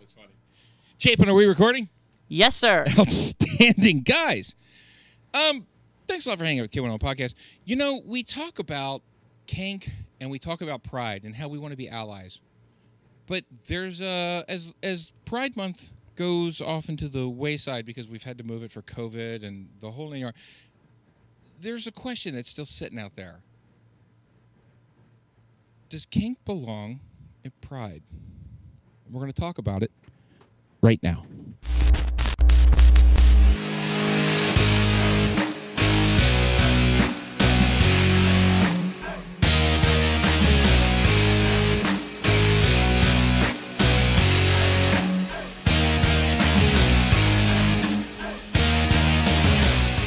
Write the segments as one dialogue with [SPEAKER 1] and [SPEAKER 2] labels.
[SPEAKER 1] was funny. Chapin, are we recording?
[SPEAKER 2] Yes, sir.
[SPEAKER 1] Outstanding, guys. Um, thanks a lot for hanging out with K101 Podcast. You know, we talk about kink and we talk about pride and how we want to be allies. But there's uh as as Pride Month goes off into the wayside because we've had to move it for COVID and the whole nine yards. There's a question that's still sitting out there. Does kink belong in pride? We're going to talk about it right now.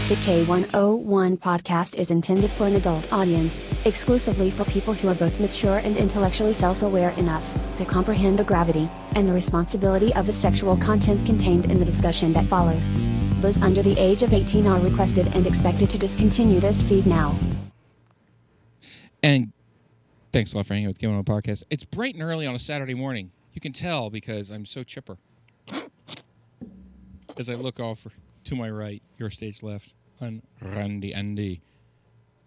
[SPEAKER 3] The K101 podcast is intended for an adult audience, exclusively for people who are both mature and intellectually self aware enough to comprehend the gravity and the responsibility of the sexual content contained in the discussion that follows. Those under the age of 18 are requested and expected to discontinue this feed now.
[SPEAKER 1] And thanks a lot for hanging out with Game On Podcast. It's bright and early on a Saturday morning. You can tell because I'm so chipper. As I look off to my right, your stage left, on Randy Andy.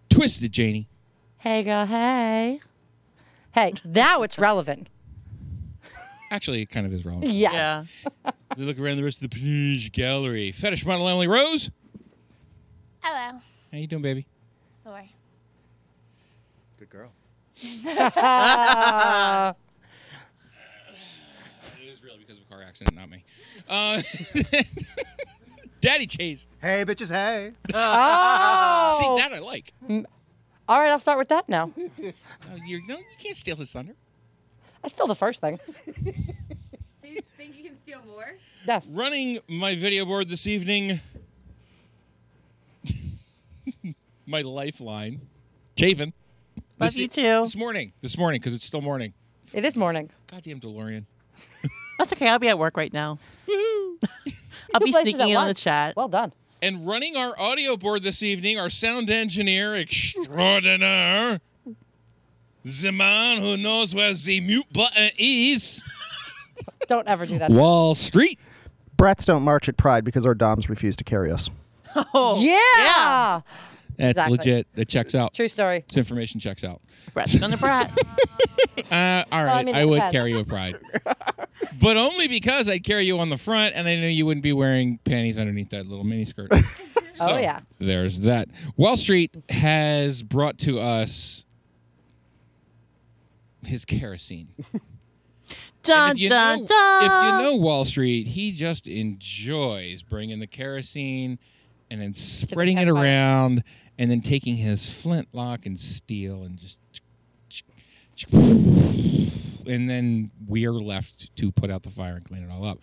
[SPEAKER 1] Twisted Janie.
[SPEAKER 2] Hey, girl. Hey. Hey, now it's relevant.
[SPEAKER 1] Actually, it kind of is relevant.
[SPEAKER 2] Yeah.
[SPEAKER 4] Yeah.
[SPEAKER 1] As I look around the rest of the Panige Gallery, fetish model Emily Rose.
[SPEAKER 5] Hello.
[SPEAKER 1] How you doing, baby?
[SPEAKER 5] Sorry.
[SPEAKER 6] Good girl.
[SPEAKER 2] Ah.
[SPEAKER 1] It was really because of a car accident, not me. Uh, Daddy Chase.
[SPEAKER 6] Hey, bitches, hey.
[SPEAKER 2] oh.
[SPEAKER 1] See, that I like.
[SPEAKER 2] All right, I'll start with that now.
[SPEAKER 1] Oh, you're, no, you can't steal his thunder.
[SPEAKER 2] That's still the first thing.
[SPEAKER 7] So you think you can steal more?
[SPEAKER 2] Yes.
[SPEAKER 1] running my video board this evening. my lifeline, Chafin.
[SPEAKER 4] Love
[SPEAKER 1] this e-,
[SPEAKER 4] you too.
[SPEAKER 1] This morning, this morning, because it's still morning.
[SPEAKER 2] It is morning.
[SPEAKER 1] Goddamn DeLorean.
[SPEAKER 4] That's okay. I'll be at work right now.
[SPEAKER 1] Woohoo!
[SPEAKER 4] I'll
[SPEAKER 2] Two
[SPEAKER 4] be
[SPEAKER 2] places
[SPEAKER 4] sneaking
[SPEAKER 2] at
[SPEAKER 4] in on the
[SPEAKER 2] once.
[SPEAKER 4] chat.
[SPEAKER 2] Well done.
[SPEAKER 1] and running our audio board this evening, our sound engineer extraordinaire, the man who knows where the mute button is,
[SPEAKER 2] Don't ever do that.
[SPEAKER 1] Wall Street.
[SPEAKER 8] Brats don't march at Pride because our doms refuse to carry us.
[SPEAKER 4] Oh,
[SPEAKER 2] Yeah.
[SPEAKER 1] That's
[SPEAKER 2] Exactly.
[SPEAKER 1] legit. It checks out.
[SPEAKER 2] True story.
[SPEAKER 1] This information checks out.
[SPEAKER 4] Brat's gonna brat.
[SPEAKER 1] Uh, all right, I,
[SPEAKER 2] I mean, it
[SPEAKER 1] would
[SPEAKER 2] depends.
[SPEAKER 1] carry you a pride, but only because I'd carry you on the front, and I knew you wouldn't be wearing panties underneath that little miniskirt. so,
[SPEAKER 2] Oh, yeah.
[SPEAKER 1] there's that. Wall Street has brought to us his kerosene.
[SPEAKER 4] Dun
[SPEAKER 1] if, you
[SPEAKER 4] dun
[SPEAKER 1] know,
[SPEAKER 4] dun.
[SPEAKER 1] if you know Wall Street, he just enjoys bringing the kerosene and then spreading it
[SPEAKER 2] headlights.
[SPEAKER 1] around, and then taking his flintlock and steel and just. And then we are left to put out the fire and clean it all up.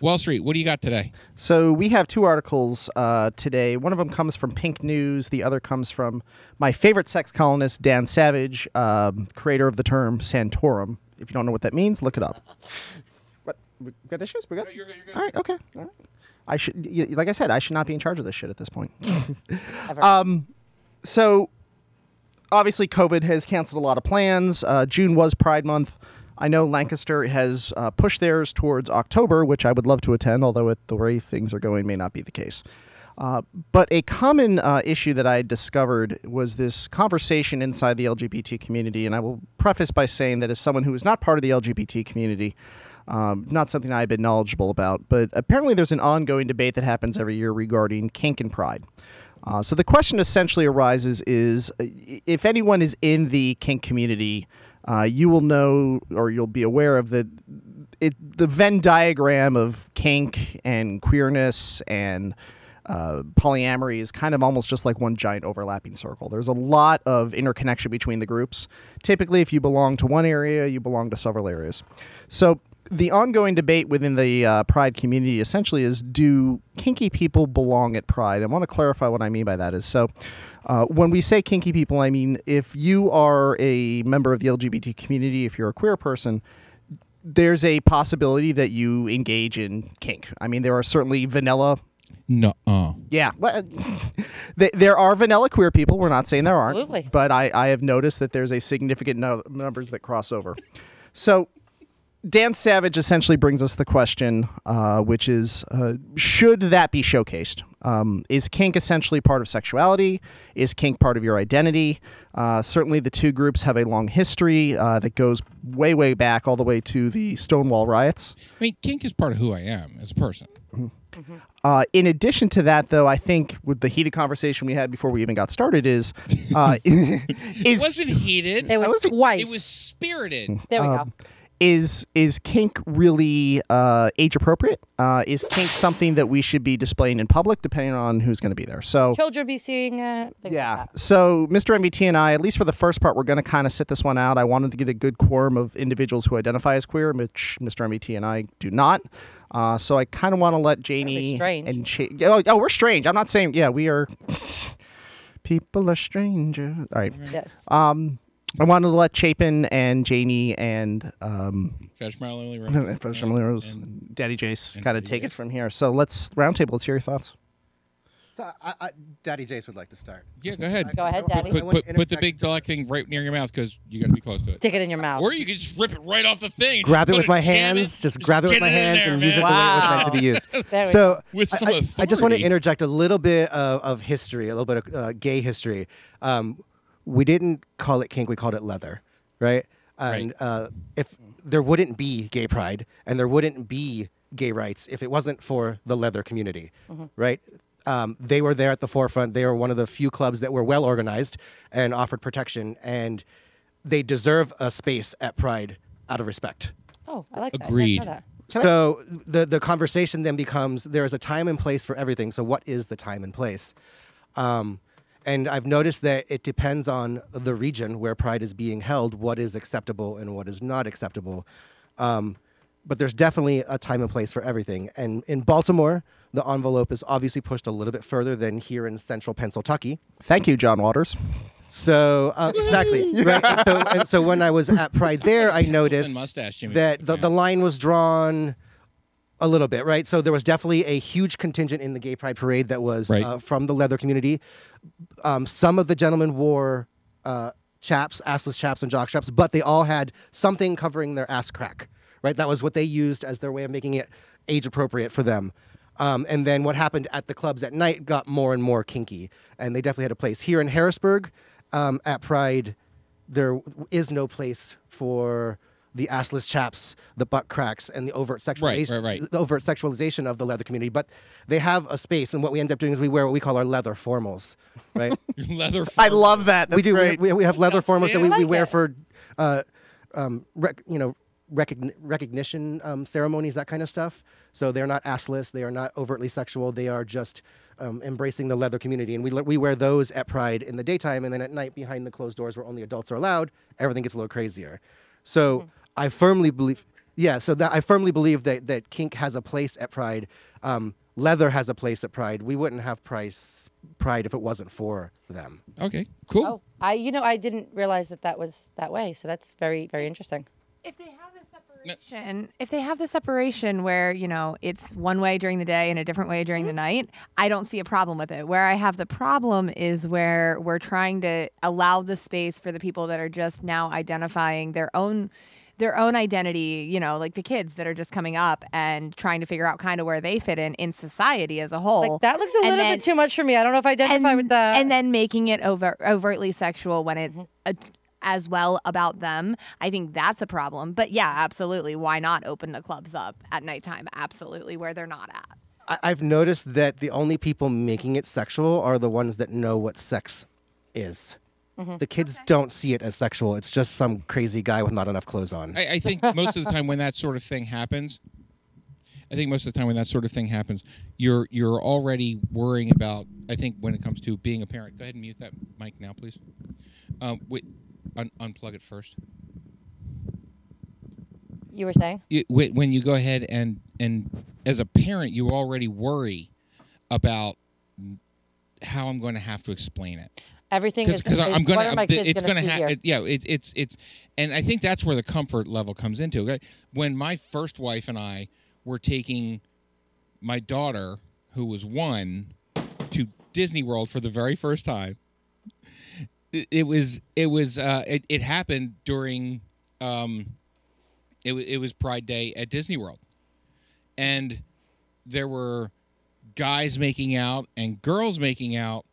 [SPEAKER 1] Wall Street, what do you got today?
[SPEAKER 8] So we have two articles uh, today. One of them comes from Pink News. The other comes from my favorite sex columnist, Dan Savage, um, creator of the term Santorum. If you don't know what that means, look it up. What? We got issues? We got.
[SPEAKER 1] you're good, you're good.
[SPEAKER 8] All right. Okay. All right. I should, y- y- like I said, I should not be in charge of this shit at this point.
[SPEAKER 2] Ever.
[SPEAKER 8] um, so obviously, COVID has canceled a lot of plans. Uh, June was Pride Month. I know Lancaster has uh, pushed theirs towards October, which I would love to attend, although at the way things are going, may not be the case. Uh, but a common uh, issue that I discovered was this conversation inside the LGBT community, and I will preface by saying that as someone who is not part of the LGBT community, um, not something I've been knowledgeable about, but apparently there's an ongoing debate that happens every year regarding kink and pride. Uh, so the question essentially arises is uh, i- if anyone is in the kink community, uh, you will know or you'll be aware of the it, the Venn diagram of kink and queerness and uh, polyamory is kind of almost just like one giant overlapping circle. There's a lot of interconnection between the groups. Typically, if you belong to one area, you belong to several areas. So the ongoing debate within the uh, Pride community essentially is do kinky people belong at Pride? I want to clarify what I mean by that is so uh, when we say kinky people, I mean if you are a member of the LGBT community, if you're a queer person, there's a possibility that you engage in kink. I mean, there are certainly vanilla
[SPEAKER 1] No, uh.
[SPEAKER 8] yeah. Well, th- there are vanilla queer people. We're not saying there aren't.
[SPEAKER 2] Absolutely.
[SPEAKER 8] But I, I have noticed that there's a significant no- numbers that cross over. So Dan Savage essentially brings us the question, uh, which is uh, should that be showcased? Um, is kink essentially part of sexuality? Is kink part of your identity? Uh, certainly, the two groups have a long history uh, that goes way, way back, all the way to the Stonewall riots.
[SPEAKER 1] I mean, kink is part of who I am as a person.
[SPEAKER 8] Uh, in addition to that, though, I think with the heated conversation we had before we even got started is, uh,
[SPEAKER 1] It
[SPEAKER 8] is
[SPEAKER 1] wasn't heated.
[SPEAKER 2] It was,
[SPEAKER 8] was-
[SPEAKER 2] twice.
[SPEAKER 1] It was spirited.
[SPEAKER 2] There we
[SPEAKER 8] um, is is kink really uh, age appropriate? Uh, is kink something that we should be displaying in public, depending on who's going to be there? So
[SPEAKER 2] go. Children be seeing it. things like
[SPEAKER 8] yeah.
[SPEAKER 2] that.
[SPEAKER 8] So Mr. MBT and I, at least for the first part, we're going to kind of sit this one out. I wanted to get a good quorum of individuals who identify as queer, which Mr. MBT and I do not. Uh, so I kind of want to let Janie
[SPEAKER 2] strange.
[SPEAKER 8] and Cha- oh, oh, we're strange. I'm not saying yeah, we are. People are strangers. All right.
[SPEAKER 2] Yes.
[SPEAKER 8] Um, I wanted to let Chapin and Janie and um,
[SPEAKER 1] Fetish Mile only
[SPEAKER 8] and
[SPEAKER 1] right.
[SPEAKER 8] Professor Malero was-
[SPEAKER 1] and-
[SPEAKER 8] Daddy Jace
[SPEAKER 1] and
[SPEAKER 8] kind of
[SPEAKER 1] Daddy
[SPEAKER 8] take it
[SPEAKER 1] Jace.
[SPEAKER 8] from here. So let's roundtable. Let's hear your thoughts.
[SPEAKER 6] So I, I, Daddy Jace would like to start.
[SPEAKER 1] Yeah, go ahead.
[SPEAKER 2] Go ahead,
[SPEAKER 6] I- I- I
[SPEAKER 2] Daddy.
[SPEAKER 1] Put,
[SPEAKER 6] wanna
[SPEAKER 1] put, put the
[SPEAKER 6] interject
[SPEAKER 1] big
[SPEAKER 6] just-
[SPEAKER 1] black thing right near your mouth because you got to be close to it.
[SPEAKER 2] Stick it in your mouth.
[SPEAKER 1] Or you can just rip it right off the thing. and
[SPEAKER 6] grab
[SPEAKER 1] just
[SPEAKER 6] it
[SPEAKER 1] put
[SPEAKER 6] with my
[SPEAKER 1] jam
[SPEAKER 6] hands.
[SPEAKER 1] it,
[SPEAKER 6] Just grab it with
[SPEAKER 1] get
[SPEAKER 6] my
[SPEAKER 1] in
[SPEAKER 6] hands
[SPEAKER 1] there,
[SPEAKER 6] and use it the
[SPEAKER 1] man.
[SPEAKER 6] way it was meant to be used.
[SPEAKER 2] There we
[SPEAKER 6] So
[SPEAKER 1] With some
[SPEAKER 6] I, I- I just want to
[SPEAKER 1] authority.
[SPEAKER 6] interject a little bit of, of history, a little bit of uh, gay history. Um, we didn't call it kink; we called it leather, right? And
[SPEAKER 1] Right.
[SPEAKER 6] Uh, if there wouldn't be gay pride and there wouldn't be gay rights if it wasn't for the leather community, right? Um, they were there at the forefront. They were one of the few clubs that were well organized and offered protection, and they deserve a space at Pride out of respect.
[SPEAKER 2] Oh, I like that. I didn't know
[SPEAKER 1] Agreed.
[SPEAKER 2] that.
[SPEAKER 6] So the the conversation then becomes there is a time and place for everything. So what is the time and place? Um, and I've noticed that it depends on the region where pride is being held, what is acceptable and what is not acceptable. Um, but there's definitely a time and place for everything. And in Baltimore, the envelope is obviously pushed a little bit further than here in central Pennsylvania.
[SPEAKER 8] Thank you, John Waters.
[SPEAKER 6] So uh, exactly right. And so, and so when I was at Pride there, I noticed
[SPEAKER 1] mustache, Jimmy.
[SPEAKER 6] that the, the line was drawn a little bit, right? So there was definitely a huge contingent in the Gay Pride Parade that was
[SPEAKER 1] Right.
[SPEAKER 6] uh, from the leather community. Um, some of the gentlemen wore uh, chaps, assless chaps, and jock straps, but they all had something covering their ass crack, right? That was what they used as their way of making it age appropriate for them. Um, and then what happened at the clubs at night got more and more kinky, and they definitely had a place here in Harrisburg um, at Pride there w- is no place for the assless chaps, the butt cracks, and the overt
[SPEAKER 1] Right,
[SPEAKER 6] sexualization,
[SPEAKER 1] right, right.
[SPEAKER 6] the overt sexualization of the leather community. But they have a space, and what we end up doing is we wear what we call our leather formals, right?
[SPEAKER 1] leather.
[SPEAKER 8] I love that.
[SPEAKER 6] we do. We, we, we have leather formals that we,
[SPEAKER 1] outstanding.
[SPEAKER 6] we
[SPEAKER 2] I like
[SPEAKER 6] wear
[SPEAKER 2] it.
[SPEAKER 6] for, uh, um, rec, you know, recogni- recognition um, ceremonies, that kind of stuff. So they're not assless. They are not overtly sexual. They are just um, embracing the leather community. And we le- we wear those at Pride in the daytime, and then at night behind the closed doors, where only adults are allowed. Everything gets a little crazier. So
[SPEAKER 2] Mm-hmm.
[SPEAKER 6] I firmly believe. Yeah, so that I firmly believe that, that kink has a place at Pride. Um, leather has a place at Pride. We wouldn't have price, Pride if it wasn't for them.
[SPEAKER 1] Okay, cool.
[SPEAKER 2] Oh, I you know I didn't realize that that was that way. So that's very very interesting.
[SPEAKER 7] If they have the separation, if they have the separation where you know it's one way during the day and a different way during the night, I don't see a problem with it. Where I have the problem is where we're trying to allow the space for the people that are just now identifying their own their own identity, you know, like the kids that are just coming up and trying to figure out kind of where they fit in in society as a whole.
[SPEAKER 2] Like that looks a
[SPEAKER 7] and
[SPEAKER 2] little
[SPEAKER 7] then-
[SPEAKER 2] bit too much for me. I don't know if I identify with that.
[SPEAKER 7] and then making it over overtly sexual when it's
[SPEAKER 2] Mhm.
[SPEAKER 7] a, as well about them. I think that's a problem. But yeah, absolutely. Why not open the clubs up at nighttime? Absolutely, where they're not at.
[SPEAKER 6] I- I've noticed that the only people making it sexual are the ones that know what sex is.
[SPEAKER 2] Mhm.
[SPEAKER 6] The kids don't see it as sexual. It's just some crazy guy with not enough clothes on.
[SPEAKER 1] I, I think most of the time when that sort of thing happens, I think most of the time when that sort of thing happens, you're you're already worrying about. I think when it comes to being a parent, go ahead and mute that mic now, please. Um, wait, un- unplug it first.
[SPEAKER 2] you were saying?
[SPEAKER 1] You- wh- when you go ahead and and as a parent, you already worry about how I'm going to have to explain it.
[SPEAKER 2] Everything is
[SPEAKER 1] because I'm
[SPEAKER 2] what
[SPEAKER 1] going
[SPEAKER 2] are my
[SPEAKER 1] to
[SPEAKER 2] kids
[SPEAKER 1] it's going to
[SPEAKER 2] gonna see
[SPEAKER 1] ha-
[SPEAKER 2] here?
[SPEAKER 1] it- yeah it, it's it's and I think that's where the comfort level comes into okay? when my first wife and I were taking my daughter who was one to Disney World for the very first time it, it was it was uh, it, it happened during um It, wa- it was Pride Day at Disney World. And there were guys making out and girls making out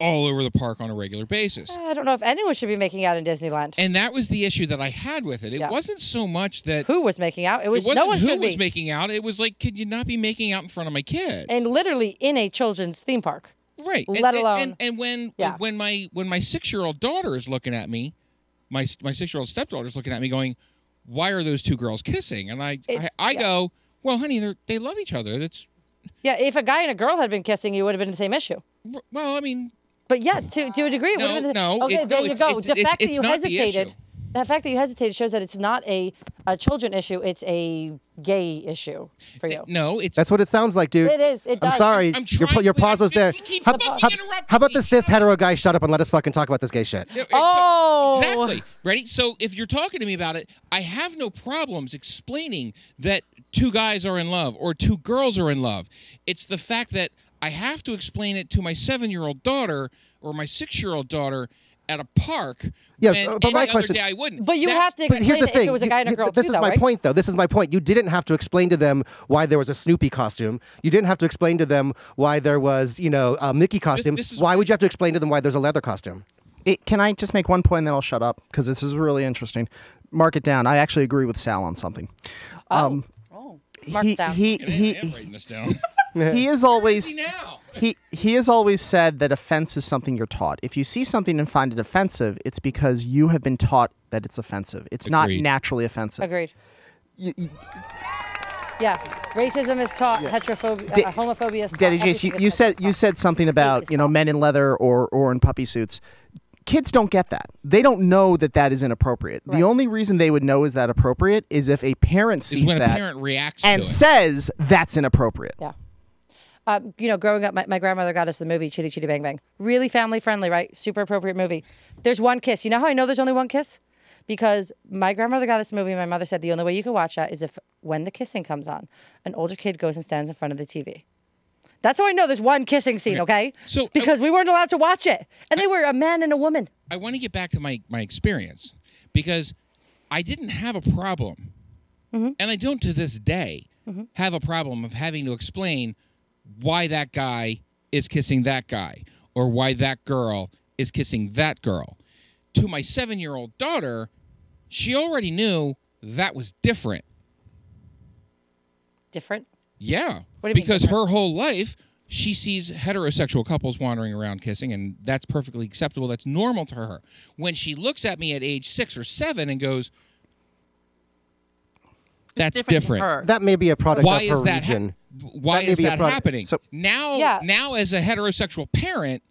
[SPEAKER 1] all over the park on a regular basis.
[SPEAKER 2] I don't know if anyone should be making out in Disneyland.
[SPEAKER 1] And that was the issue that I had with it. It
[SPEAKER 2] Yeah.
[SPEAKER 1] wasn't so much that
[SPEAKER 2] Who was making out? It was
[SPEAKER 1] it wasn't
[SPEAKER 2] no one
[SPEAKER 1] who
[SPEAKER 2] should
[SPEAKER 1] was
[SPEAKER 2] be.
[SPEAKER 1] making out. It was like, could you not be making out in front of my kids?
[SPEAKER 2] and literally in a children's theme park.
[SPEAKER 1] right And-
[SPEAKER 2] let
[SPEAKER 1] and,
[SPEAKER 2] alone-
[SPEAKER 1] and, and when
[SPEAKER 2] Yeah.
[SPEAKER 1] when my when my six year old daughter is looking at me my s- my six year old stepdaughter is looking at me going why are those two girls kissing and i
[SPEAKER 2] It's-
[SPEAKER 1] i, I
[SPEAKER 2] yeah.
[SPEAKER 1] go well honey they they love each other that's
[SPEAKER 2] Yeah, if a guy and a girl had been kissing, you would have been the same issue.
[SPEAKER 1] well i mean
[SPEAKER 2] But yeah, to, to a degree, it
[SPEAKER 1] No,
[SPEAKER 2] would've been the,
[SPEAKER 1] no,
[SPEAKER 2] Okay,
[SPEAKER 1] it-
[SPEAKER 2] there
[SPEAKER 1] no,
[SPEAKER 2] you
[SPEAKER 1] it's-
[SPEAKER 2] go.
[SPEAKER 1] it's-
[SPEAKER 2] the
[SPEAKER 1] it-
[SPEAKER 2] fact
[SPEAKER 1] it's
[SPEAKER 2] that you
[SPEAKER 1] not the
[SPEAKER 2] hesitated,
[SPEAKER 1] issue.
[SPEAKER 2] the, fact that you hesitated shows that it's not a, a children issue; it's a gay issue for you.
[SPEAKER 1] no it's
[SPEAKER 6] That's what it sounds like, dude.
[SPEAKER 2] It is. It
[SPEAKER 6] I'm
[SPEAKER 2] does.
[SPEAKER 6] sorry.
[SPEAKER 1] I'm
[SPEAKER 6] your, pa-
[SPEAKER 1] trying-
[SPEAKER 6] your pause was
[SPEAKER 1] she
[SPEAKER 6] there.
[SPEAKER 1] keeps
[SPEAKER 6] How,
[SPEAKER 1] fucking
[SPEAKER 6] how-
[SPEAKER 1] interrupting
[SPEAKER 6] how about the
[SPEAKER 1] me.
[SPEAKER 6] cis hetero guy shut up and let us fucking talk about this gay shit?
[SPEAKER 1] Yeah, it's-
[SPEAKER 2] Oh.
[SPEAKER 1] exactly. Ready? So if you're talking to me about it, I have no problems explaining that two guys are in love or two girls are in love. It's the fact that I have to explain it to my seven year old daughter or my six year old daughter at a park.
[SPEAKER 6] Yes,
[SPEAKER 1] when
[SPEAKER 6] uh, but
[SPEAKER 1] any
[SPEAKER 6] my
[SPEAKER 1] other
[SPEAKER 6] question-
[SPEAKER 1] day I wouldn't.
[SPEAKER 2] But you
[SPEAKER 1] That's-
[SPEAKER 2] have to
[SPEAKER 6] But
[SPEAKER 2] explain
[SPEAKER 6] here's the
[SPEAKER 2] it
[SPEAKER 6] thing.
[SPEAKER 2] if it was a
[SPEAKER 6] you-
[SPEAKER 2] guy and a
[SPEAKER 6] you-
[SPEAKER 2] girl
[SPEAKER 6] this
[SPEAKER 2] too,
[SPEAKER 6] is
[SPEAKER 2] though,
[SPEAKER 6] my
[SPEAKER 2] right?
[SPEAKER 6] point, though. This is my point. You didn't have to explain to them why there was a Snoopy costume. You didn't have to explain to them why there was, you know, a Mickey costume.
[SPEAKER 1] this is
[SPEAKER 6] why
[SPEAKER 1] why-
[SPEAKER 6] would you have to explain to them why there's a leather costume?
[SPEAKER 8] It, can I just make one point and then I'll shut up because this is really interesting. Mark it down. I actually agree with Sal on something. Um,
[SPEAKER 2] Oh. Mark
[SPEAKER 8] he,
[SPEAKER 2] it down.
[SPEAKER 8] he,
[SPEAKER 1] And I-
[SPEAKER 8] he,
[SPEAKER 1] I am writing this down.
[SPEAKER 8] he is always
[SPEAKER 1] See now.
[SPEAKER 8] he he has always said that offense is something you're taught. If you see something and find it offensive, it's because you have been taught that it's offensive. It's
[SPEAKER 1] Agreed.
[SPEAKER 8] not naturally offensive.
[SPEAKER 2] Agreed.
[SPEAKER 8] You- you-
[SPEAKER 2] Yeah, racism is taught. Heterophobia,
[SPEAKER 8] Da-
[SPEAKER 2] uh, homophobia is taught.
[SPEAKER 8] Daddy Jace, you,
[SPEAKER 2] everything
[SPEAKER 8] you
[SPEAKER 2] is taught.
[SPEAKER 8] said you said something about
[SPEAKER 2] is
[SPEAKER 8] you know men in leather or or in puppy suits. Kids don't get that. They don't know that that is inappropriate. The only reason they would know is that appropriate is if a parent
[SPEAKER 1] Is
[SPEAKER 8] sees
[SPEAKER 1] when a
[SPEAKER 8] that
[SPEAKER 1] parent reacts
[SPEAKER 8] and
[SPEAKER 1] to it.
[SPEAKER 8] says that's inappropriate.
[SPEAKER 2] Yeah. Um, you know, growing up, my, my grandmother got us the movie Chitty Chitty Bang Bang. Really family friendly, right? Super appropriate movie. There's one kiss. You know how I know there's only one kiss? Because my grandmother got us the movie, and my mother said the only way you can watch that is if, when the kissing comes on, an older kid goes and stands in front of the TV. That's how I know there's one kissing scene, okay?
[SPEAKER 1] So, I-
[SPEAKER 2] because we weren't allowed to watch it, and they were a man and a woman.
[SPEAKER 1] I want to get back to my my experience because I didn't have a problem, and I don't to this day have a problem of having to explain why that guy is kissing that guy or why that girl is kissing that girl. To my seven year old daughter, she already knew that was different.
[SPEAKER 2] Different.
[SPEAKER 1] Yeah.
[SPEAKER 2] What do you mean
[SPEAKER 1] because her whole life, she sees heterosexual couples wandering around kissing, and that's perfectly acceptable. That's normal to her. When she looks at me at age six or seven and goes, that's
[SPEAKER 4] different.
[SPEAKER 1] different.
[SPEAKER 4] For her.
[SPEAKER 6] That may be a product
[SPEAKER 1] Why
[SPEAKER 6] of her
[SPEAKER 1] is that?
[SPEAKER 6] region.
[SPEAKER 1] hap- why
[SPEAKER 6] That may
[SPEAKER 1] is
[SPEAKER 6] be a
[SPEAKER 1] that
[SPEAKER 6] product.
[SPEAKER 1] happening?
[SPEAKER 8] So-
[SPEAKER 1] now,
[SPEAKER 2] Yeah.
[SPEAKER 1] now as a heterosexual parent,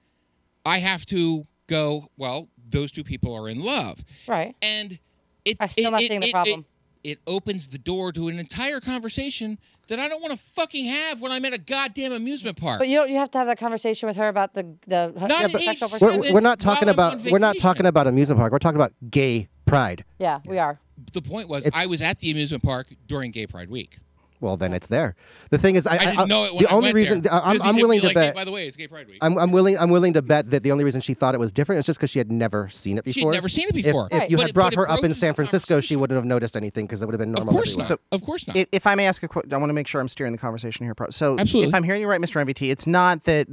[SPEAKER 1] I have to go. Well, those two people are in love,
[SPEAKER 2] Right.
[SPEAKER 1] and it
[SPEAKER 2] I'm still
[SPEAKER 1] it,
[SPEAKER 2] not
[SPEAKER 1] it-
[SPEAKER 2] seeing the
[SPEAKER 1] it- it-
[SPEAKER 2] problem.
[SPEAKER 1] It, opens the door to an entire conversation that I don't want to fucking have when I'm at a goddamn amusement park.
[SPEAKER 2] But you don't. You have to have that conversation with her about the the
[SPEAKER 1] Not
[SPEAKER 2] the
[SPEAKER 1] at age
[SPEAKER 2] sexual
[SPEAKER 1] seven.
[SPEAKER 2] person.
[SPEAKER 6] We're, we're not
[SPEAKER 1] while
[SPEAKER 6] talking
[SPEAKER 1] I'm on
[SPEAKER 6] about we're not
[SPEAKER 1] vacation.
[SPEAKER 6] talking about amusement park. We're talking about gay pride.
[SPEAKER 2] Yeah, we are.
[SPEAKER 1] the point was,
[SPEAKER 6] It's-
[SPEAKER 1] I was at the amusement park during Gay Pride Week.
[SPEAKER 6] Well, then it's there. The thing is, I,
[SPEAKER 1] I
[SPEAKER 6] I-
[SPEAKER 1] didn't know it. When
[SPEAKER 6] the
[SPEAKER 1] I
[SPEAKER 6] only
[SPEAKER 1] went
[SPEAKER 6] reason
[SPEAKER 1] there.
[SPEAKER 6] I- I'm,
[SPEAKER 1] Disney
[SPEAKER 6] I'm
[SPEAKER 1] didn't
[SPEAKER 6] willing
[SPEAKER 1] be
[SPEAKER 6] to
[SPEAKER 1] like, "Hey,
[SPEAKER 6] bet.
[SPEAKER 1] by the way, it's Gay Pride Week.
[SPEAKER 6] I'm, I'm willing. I'm willing to bet that the only reason she thought it was different is just because she had never seen it
[SPEAKER 1] She'd
[SPEAKER 6] before.
[SPEAKER 1] never seen it
[SPEAKER 6] If-
[SPEAKER 1] before.
[SPEAKER 6] If,
[SPEAKER 1] Right.
[SPEAKER 6] you
[SPEAKER 1] But
[SPEAKER 6] had
[SPEAKER 1] it-
[SPEAKER 6] brought
[SPEAKER 1] but it
[SPEAKER 6] her up in
[SPEAKER 1] broaches
[SPEAKER 6] San
[SPEAKER 1] the
[SPEAKER 6] Francisco, she
[SPEAKER 1] conversation.
[SPEAKER 6] wouldn't have noticed anything because it would have been
[SPEAKER 1] of
[SPEAKER 6] normal.
[SPEAKER 1] course
[SPEAKER 6] everywhere.
[SPEAKER 1] not. of course not.
[SPEAKER 8] if, if I may ask a question, I want to make sure I'm steering the conversation here. pro- So,
[SPEAKER 1] Absolutely.
[SPEAKER 8] if I'm hearing you right, Mr. MVT, it's not that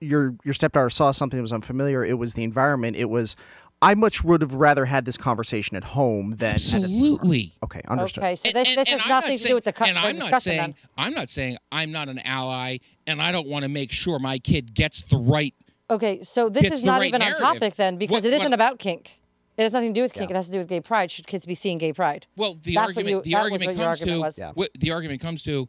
[SPEAKER 8] your your stepdaughter saw something that was unfamiliar. It was the environment. It was I much would have rather had this conversation at home than at the-
[SPEAKER 1] Absolutely.
[SPEAKER 8] okay, understood.
[SPEAKER 2] Okay, so
[SPEAKER 1] And-
[SPEAKER 2] this,
[SPEAKER 1] and-
[SPEAKER 2] this
[SPEAKER 1] and
[SPEAKER 2] has
[SPEAKER 1] I'm not
[SPEAKER 2] nothing to
[SPEAKER 1] saying-
[SPEAKER 2] do with the, co-
[SPEAKER 1] and
[SPEAKER 2] the
[SPEAKER 1] I'm
[SPEAKER 2] discussion.
[SPEAKER 1] not saying
[SPEAKER 2] then.
[SPEAKER 1] I'm not saying I'm not an ally, and I don't want to make sure my kid gets the right.
[SPEAKER 2] Okay, so this
[SPEAKER 1] Gets
[SPEAKER 2] is
[SPEAKER 1] the
[SPEAKER 2] not
[SPEAKER 1] right
[SPEAKER 2] even
[SPEAKER 1] narrative.
[SPEAKER 2] on topic then because
[SPEAKER 1] What-
[SPEAKER 2] it
[SPEAKER 1] what-
[SPEAKER 2] isn't about kink. It has nothing to do with kink. It has to do with gay pride. Should kids be seeing gay pride?
[SPEAKER 1] Well, the
[SPEAKER 2] That's what
[SPEAKER 1] argument
[SPEAKER 2] you-
[SPEAKER 1] the
[SPEAKER 2] that was
[SPEAKER 1] argument
[SPEAKER 2] what your
[SPEAKER 1] comes
[SPEAKER 2] argument was.
[SPEAKER 1] to
[SPEAKER 2] Yeah.
[SPEAKER 1] what the argument comes to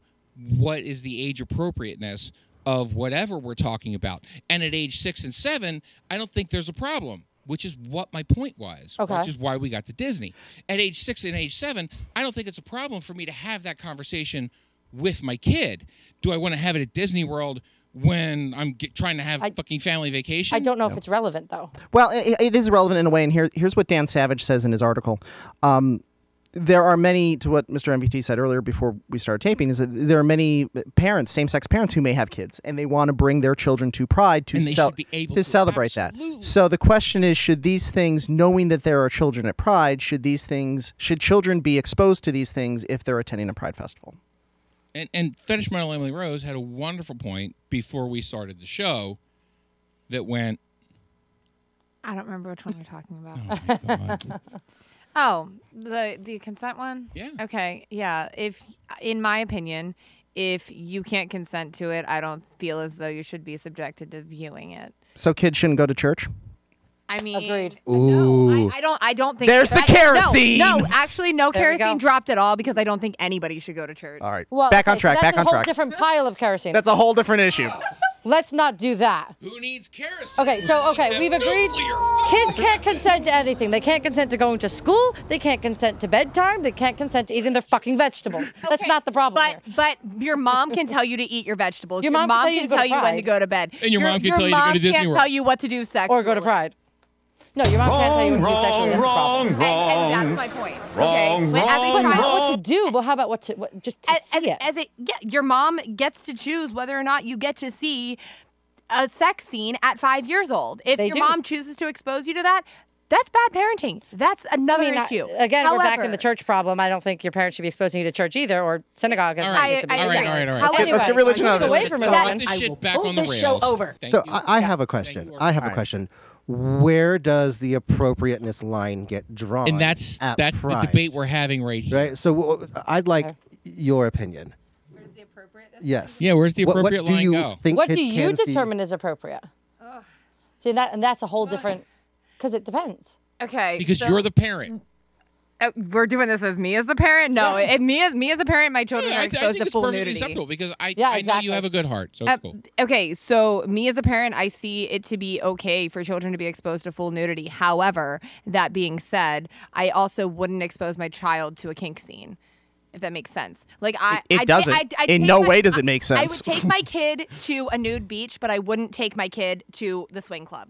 [SPEAKER 1] what is the age appropriateness of whatever we're talking about, and at age six and seven, I don't think there's a problem. Which is what my point was,
[SPEAKER 2] Okay.
[SPEAKER 1] which is why we got to Disney. At age six and age seven, I don't think it's a problem for me to have that conversation with my kid. Do I want to have it at Disney World when I'm get, trying to have fucking family vacation?
[SPEAKER 2] I don't know if it's relevant though.
[SPEAKER 8] Well, i i- it is relevant in a way, and here, here's what Dan Savage says in his article. Um, there are many to what Mr. MVT said earlier before we started taping is that there are many parents, same-sex parents who may have kids and they want to bring their children to Pride to
[SPEAKER 1] And they
[SPEAKER 8] cel-
[SPEAKER 1] should be able
[SPEAKER 8] to
[SPEAKER 1] to.
[SPEAKER 8] celebrate
[SPEAKER 1] Absolutely.
[SPEAKER 8] that. So the question is should these things knowing that there are children at Pride, should these things should children be exposed to these things if they're attending a Pride festival?
[SPEAKER 1] and and fetish model Emily Rose had a wonderful point before we started the show that went.
[SPEAKER 7] I don't remember which one you're talking about.
[SPEAKER 1] Oh my God.
[SPEAKER 7] Oh, the the consent one?
[SPEAKER 1] Yeah.
[SPEAKER 7] Okay. Yeah, if in my opinion, if you can't consent to it, I don't feel as though you should be subjected to viewing it.
[SPEAKER 8] So kids shouldn't go to church?
[SPEAKER 7] I mean,
[SPEAKER 2] Agreed.
[SPEAKER 6] Ooh.
[SPEAKER 7] No, I, I don't. I don't think
[SPEAKER 8] There's the
[SPEAKER 7] that- no,
[SPEAKER 8] kerosene!
[SPEAKER 7] No, actually, no
[SPEAKER 2] There we
[SPEAKER 7] kerosene
[SPEAKER 2] go.
[SPEAKER 7] dropped at all because I don't think anybody should go to church.
[SPEAKER 8] All right.
[SPEAKER 2] Well,
[SPEAKER 8] back on
[SPEAKER 2] okay, so
[SPEAKER 8] track,
[SPEAKER 2] that's
[SPEAKER 8] back
[SPEAKER 2] a
[SPEAKER 8] on
[SPEAKER 2] whole
[SPEAKER 8] track.
[SPEAKER 2] different pile of kerosene.
[SPEAKER 8] That's a whole different issue.
[SPEAKER 2] Let's not do that.
[SPEAKER 1] Who needs kerosene?
[SPEAKER 2] Okay, so okay, we've agreed. Kids can't consent to anything. They can't consent to going to school. They can't consent to bedtime. They can't consent to eating their fucking vegetables. That's
[SPEAKER 7] Okay,
[SPEAKER 2] not the problem
[SPEAKER 7] But
[SPEAKER 2] here.
[SPEAKER 7] but your mom can tell you to eat your vegetables.
[SPEAKER 2] Your mom can tell you
[SPEAKER 7] can
[SPEAKER 2] to go to
[SPEAKER 7] tell you when
[SPEAKER 2] Pride.
[SPEAKER 7] to go to bed.
[SPEAKER 1] And your mom can tell you to go
[SPEAKER 7] mom
[SPEAKER 1] to Disney
[SPEAKER 7] can't
[SPEAKER 1] World.
[SPEAKER 7] tell you what to do sexually.
[SPEAKER 2] Or go to Pride. No, your mom can't tell you what to do sexually. That's the problem.
[SPEAKER 7] And, and that's my point. okay?
[SPEAKER 9] Wrong, wrong,
[SPEAKER 7] When- as a
[SPEAKER 2] But
[SPEAKER 7] child-
[SPEAKER 2] not what to do, but how about what to what, just to
[SPEAKER 7] as, as,
[SPEAKER 2] see it.
[SPEAKER 7] as it yeah, your mom gets to choose whether or not you get to see a sex scene at five years old. If
[SPEAKER 2] They
[SPEAKER 7] your
[SPEAKER 2] do.
[SPEAKER 7] mom chooses to expose you to that, that's bad parenting. That's another
[SPEAKER 2] I mean, I-
[SPEAKER 7] issue.
[SPEAKER 2] again, we're back in the
[SPEAKER 7] However-
[SPEAKER 2] church problem. I don't think your parents should be exposing you to church either or synagogue. as
[SPEAKER 1] All
[SPEAKER 7] I-
[SPEAKER 1] right,
[SPEAKER 2] Elizabeth
[SPEAKER 7] I
[SPEAKER 1] all
[SPEAKER 2] said.
[SPEAKER 1] right,
[SPEAKER 7] agree.
[SPEAKER 1] all right, all right.
[SPEAKER 7] How
[SPEAKER 1] Let's get-
[SPEAKER 7] anyway,
[SPEAKER 1] let's get
[SPEAKER 2] I
[SPEAKER 1] really
[SPEAKER 2] just-
[SPEAKER 1] to
[SPEAKER 2] away
[SPEAKER 1] this.
[SPEAKER 2] from
[SPEAKER 1] Let's
[SPEAKER 2] it.
[SPEAKER 1] get this
[SPEAKER 7] I
[SPEAKER 1] shit
[SPEAKER 7] will
[SPEAKER 1] back
[SPEAKER 7] move
[SPEAKER 1] on the
[SPEAKER 7] this
[SPEAKER 1] rails.
[SPEAKER 7] show over.
[SPEAKER 1] Thank
[SPEAKER 6] So
[SPEAKER 1] you.
[SPEAKER 6] I, I
[SPEAKER 1] Thank
[SPEAKER 6] have a
[SPEAKER 1] you,
[SPEAKER 6] question.
[SPEAKER 1] Orphan.
[SPEAKER 6] I have a question. Where does the appropriateness line get drawn?
[SPEAKER 1] And that's
[SPEAKER 6] um, at
[SPEAKER 1] that's the
[SPEAKER 6] Pride?
[SPEAKER 1] debate we're having right here.
[SPEAKER 6] Right. So w- I'd like your opinion. Yes.
[SPEAKER 1] Yeah, where's the
[SPEAKER 6] What-
[SPEAKER 1] appropriate
[SPEAKER 6] what, do
[SPEAKER 1] line
[SPEAKER 6] you
[SPEAKER 1] go?
[SPEAKER 6] Think
[SPEAKER 2] What
[SPEAKER 6] kids
[SPEAKER 2] do you
[SPEAKER 6] can see-
[SPEAKER 2] determine is appropriate? See, and that and that's a whole different because it depends.
[SPEAKER 7] Okay.
[SPEAKER 1] Because
[SPEAKER 7] so-
[SPEAKER 1] you're the
[SPEAKER 2] Mm,
[SPEAKER 1] parent.
[SPEAKER 7] Uh, we're doing this as me as the parent. No, it, me as me as a parent, my children
[SPEAKER 1] Yeah,
[SPEAKER 7] are
[SPEAKER 1] I, th- I
[SPEAKER 7] exposed
[SPEAKER 1] think
[SPEAKER 7] to
[SPEAKER 1] it's
[SPEAKER 7] full
[SPEAKER 1] perfectly
[SPEAKER 7] nudity.
[SPEAKER 1] acceptable because I,
[SPEAKER 2] Yeah,
[SPEAKER 1] I know
[SPEAKER 2] exactly.
[SPEAKER 1] you have a good heart, so
[SPEAKER 7] Uh,
[SPEAKER 1] it's cool.
[SPEAKER 7] okay, so me as a parent, I see it to be okay for children to be exposed to full nudity. However, that being said, I also wouldn't expose my child to a kink scene, if that makes sense. Like I,
[SPEAKER 8] It- it
[SPEAKER 7] I ta-
[SPEAKER 8] doesn't.
[SPEAKER 7] I- I
[SPEAKER 8] In
[SPEAKER 7] take
[SPEAKER 8] no
[SPEAKER 7] my-
[SPEAKER 8] way does it make
[SPEAKER 7] I- I
[SPEAKER 8] sense.
[SPEAKER 7] would take my kid to a nude beach, but I wouldn't take my kid to the swing club.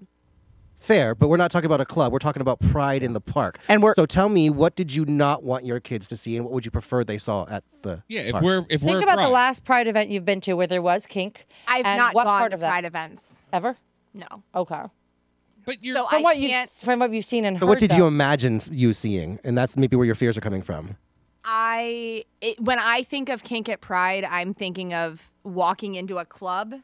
[SPEAKER 6] Fair, but we're not talking about a club. We're talking about Pride in the park.
[SPEAKER 8] And we're-
[SPEAKER 6] so tell me, what did you not want your kids to see, and what would you prefer they saw at the?
[SPEAKER 1] Yeah, if
[SPEAKER 6] park?
[SPEAKER 1] we're if we're
[SPEAKER 2] Think about
[SPEAKER 1] right.
[SPEAKER 2] the last Pride event you've been to where there was kink.
[SPEAKER 7] I've
[SPEAKER 2] and
[SPEAKER 7] not
[SPEAKER 2] what
[SPEAKER 7] gone
[SPEAKER 2] part
[SPEAKER 7] to
[SPEAKER 2] of that
[SPEAKER 7] pride events.
[SPEAKER 2] ever.
[SPEAKER 7] No.
[SPEAKER 2] Okay.
[SPEAKER 1] but you're
[SPEAKER 7] So
[SPEAKER 2] From
[SPEAKER 7] I
[SPEAKER 2] what you
[SPEAKER 7] can't.
[SPEAKER 2] from what you've seen and
[SPEAKER 6] So
[SPEAKER 2] heard.
[SPEAKER 6] what did
[SPEAKER 2] though,
[SPEAKER 6] you imagine s- you seeing, and that's maybe where your fears are coming from.
[SPEAKER 7] I it, when I think of kink at Pride, I'm thinking of walking into a club,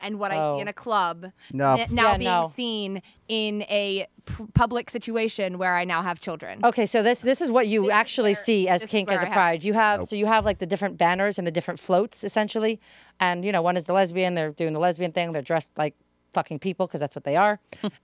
[SPEAKER 7] and what I
[SPEAKER 2] Oh.
[SPEAKER 7] see in a club
[SPEAKER 8] No.
[SPEAKER 7] n- now
[SPEAKER 2] Yeah,
[SPEAKER 7] being
[SPEAKER 2] no.
[SPEAKER 7] seen in a p- public situation where I now have children.
[SPEAKER 2] Okay, so this this is what you
[SPEAKER 7] This is
[SPEAKER 2] actually
[SPEAKER 7] where-
[SPEAKER 2] see as
[SPEAKER 7] this is
[SPEAKER 2] kink
[SPEAKER 7] where
[SPEAKER 2] as
[SPEAKER 7] I
[SPEAKER 2] a
[SPEAKER 7] have-
[SPEAKER 2] pride. You have so you have like the different banners and the different floats essentially, and you know one is the lesbian. They're doing the lesbian thing. They're dressed like fucking people because that's what they are.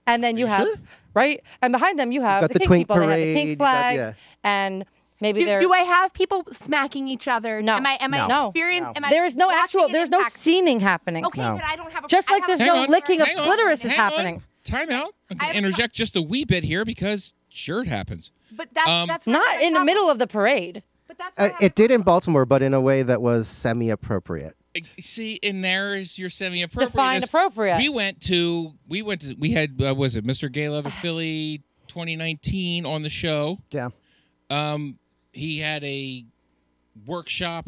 [SPEAKER 2] and then you have right, and behind them you have
[SPEAKER 6] got
[SPEAKER 2] the,
[SPEAKER 6] the
[SPEAKER 2] kink
[SPEAKER 6] twink
[SPEAKER 2] people. they have the
[SPEAKER 6] parade, you
[SPEAKER 2] pink
[SPEAKER 6] got-
[SPEAKER 2] flag,
[SPEAKER 6] yeah.
[SPEAKER 2] and maybe
[SPEAKER 7] Do,
[SPEAKER 2] they're.
[SPEAKER 7] do I have people smacking each other?
[SPEAKER 2] No.
[SPEAKER 7] Am I? Am I
[SPEAKER 2] No.
[SPEAKER 7] experienced?
[SPEAKER 8] No.
[SPEAKER 7] Am I
[SPEAKER 2] there is no
[SPEAKER 7] watching
[SPEAKER 2] actual.
[SPEAKER 7] an
[SPEAKER 2] There's no
[SPEAKER 7] impact?
[SPEAKER 2] scening happening.
[SPEAKER 7] Okay,
[SPEAKER 8] No.
[SPEAKER 7] but I don't have. A,
[SPEAKER 2] Just
[SPEAKER 7] I
[SPEAKER 2] like
[SPEAKER 7] have
[SPEAKER 2] there's
[SPEAKER 7] a
[SPEAKER 1] Hang
[SPEAKER 2] no
[SPEAKER 1] on,
[SPEAKER 2] licking of
[SPEAKER 1] hang on,
[SPEAKER 2] clitoris is
[SPEAKER 1] hang
[SPEAKER 2] happening.
[SPEAKER 1] On. Time out. I'm going
[SPEAKER 7] I have
[SPEAKER 1] to
[SPEAKER 7] a-
[SPEAKER 1] interject just a wee bit here because Jared happens.
[SPEAKER 7] But that's
[SPEAKER 1] Um,
[SPEAKER 7] that's where I have
[SPEAKER 2] Not
[SPEAKER 7] my
[SPEAKER 2] in the
[SPEAKER 7] problem.
[SPEAKER 2] middle of the parade.
[SPEAKER 7] But that's where
[SPEAKER 6] Uh,
[SPEAKER 7] I have my
[SPEAKER 6] it did in
[SPEAKER 7] problem.
[SPEAKER 6] Baltimore, but in a way that was semi-appropriate.
[SPEAKER 1] See, and there is your semi-appropriate.
[SPEAKER 2] Define appropriate.
[SPEAKER 1] We went to we went to we had uh, was it Mr. Gay Leather Philly 2019 on the show.
[SPEAKER 8] Yeah.
[SPEAKER 1] Um, he had a workshop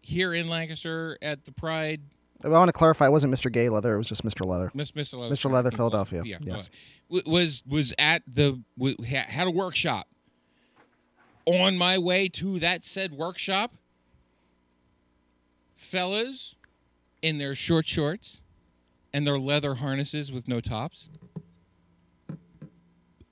[SPEAKER 1] here in Lancaster at the Pride.
[SPEAKER 8] I want to clarify it wasn't Mr. Gay Leather, it was just Mr. Leather.
[SPEAKER 1] Miss, Mr. Leather,
[SPEAKER 8] Mr. Leather, Philadelphia.
[SPEAKER 1] Yeah,
[SPEAKER 8] Yes.
[SPEAKER 1] wa- was was at the wa- ha had a workshop. On my way to that said workshop, fellas in their short shorts and their leather harnesses with no tops,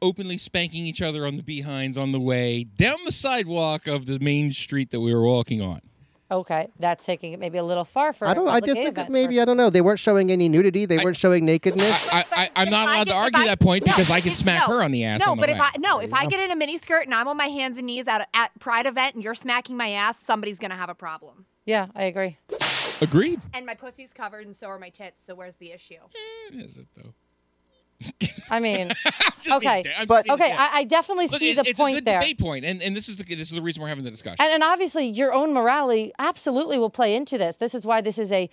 [SPEAKER 1] openly spanking each other on the behinds on the way down the sidewalk of the main street that we were walking on.
[SPEAKER 2] Okay, that's taking it maybe a little far for.
[SPEAKER 6] I
[SPEAKER 2] a
[SPEAKER 6] don't. I
[SPEAKER 2] public gay
[SPEAKER 6] disagree.
[SPEAKER 2] event
[SPEAKER 6] Maybe
[SPEAKER 2] for-
[SPEAKER 6] I don't know. They weren't showing any nudity. They
[SPEAKER 1] I-
[SPEAKER 6] weren't showing nakedness.
[SPEAKER 1] I, I, I, I'm not
[SPEAKER 7] If I
[SPEAKER 1] allowed to
[SPEAKER 7] get- if
[SPEAKER 1] argue
[SPEAKER 7] I-
[SPEAKER 1] that point
[SPEAKER 7] no,
[SPEAKER 1] because I can
[SPEAKER 7] if-
[SPEAKER 1] smack
[SPEAKER 7] no,
[SPEAKER 1] her on the ass.
[SPEAKER 7] No,
[SPEAKER 1] on the
[SPEAKER 7] but
[SPEAKER 1] way.
[SPEAKER 7] if I no, if I get in a mini skirt and I'm on my hands and knees at at Pride event and you're smacking my ass, somebody's gonna have a problem.
[SPEAKER 2] Yeah, I agree.
[SPEAKER 1] agreed.
[SPEAKER 7] And my pussy's covered and so are my tits. So where's the issue?
[SPEAKER 1] Is it though?
[SPEAKER 2] I mean,
[SPEAKER 1] Just being
[SPEAKER 2] Okay.
[SPEAKER 1] dead. I'm
[SPEAKER 8] But-
[SPEAKER 1] just being
[SPEAKER 2] okay,
[SPEAKER 1] dead.
[SPEAKER 2] I, I definitely
[SPEAKER 1] Look,
[SPEAKER 2] see
[SPEAKER 1] it's,
[SPEAKER 2] the
[SPEAKER 1] it's a
[SPEAKER 2] point
[SPEAKER 1] good
[SPEAKER 2] there.
[SPEAKER 1] debate point, and, and this is the this is the reason we're having the discussion.
[SPEAKER 2] And, and obviously, your own morality absolutely will play into this. This is why this is a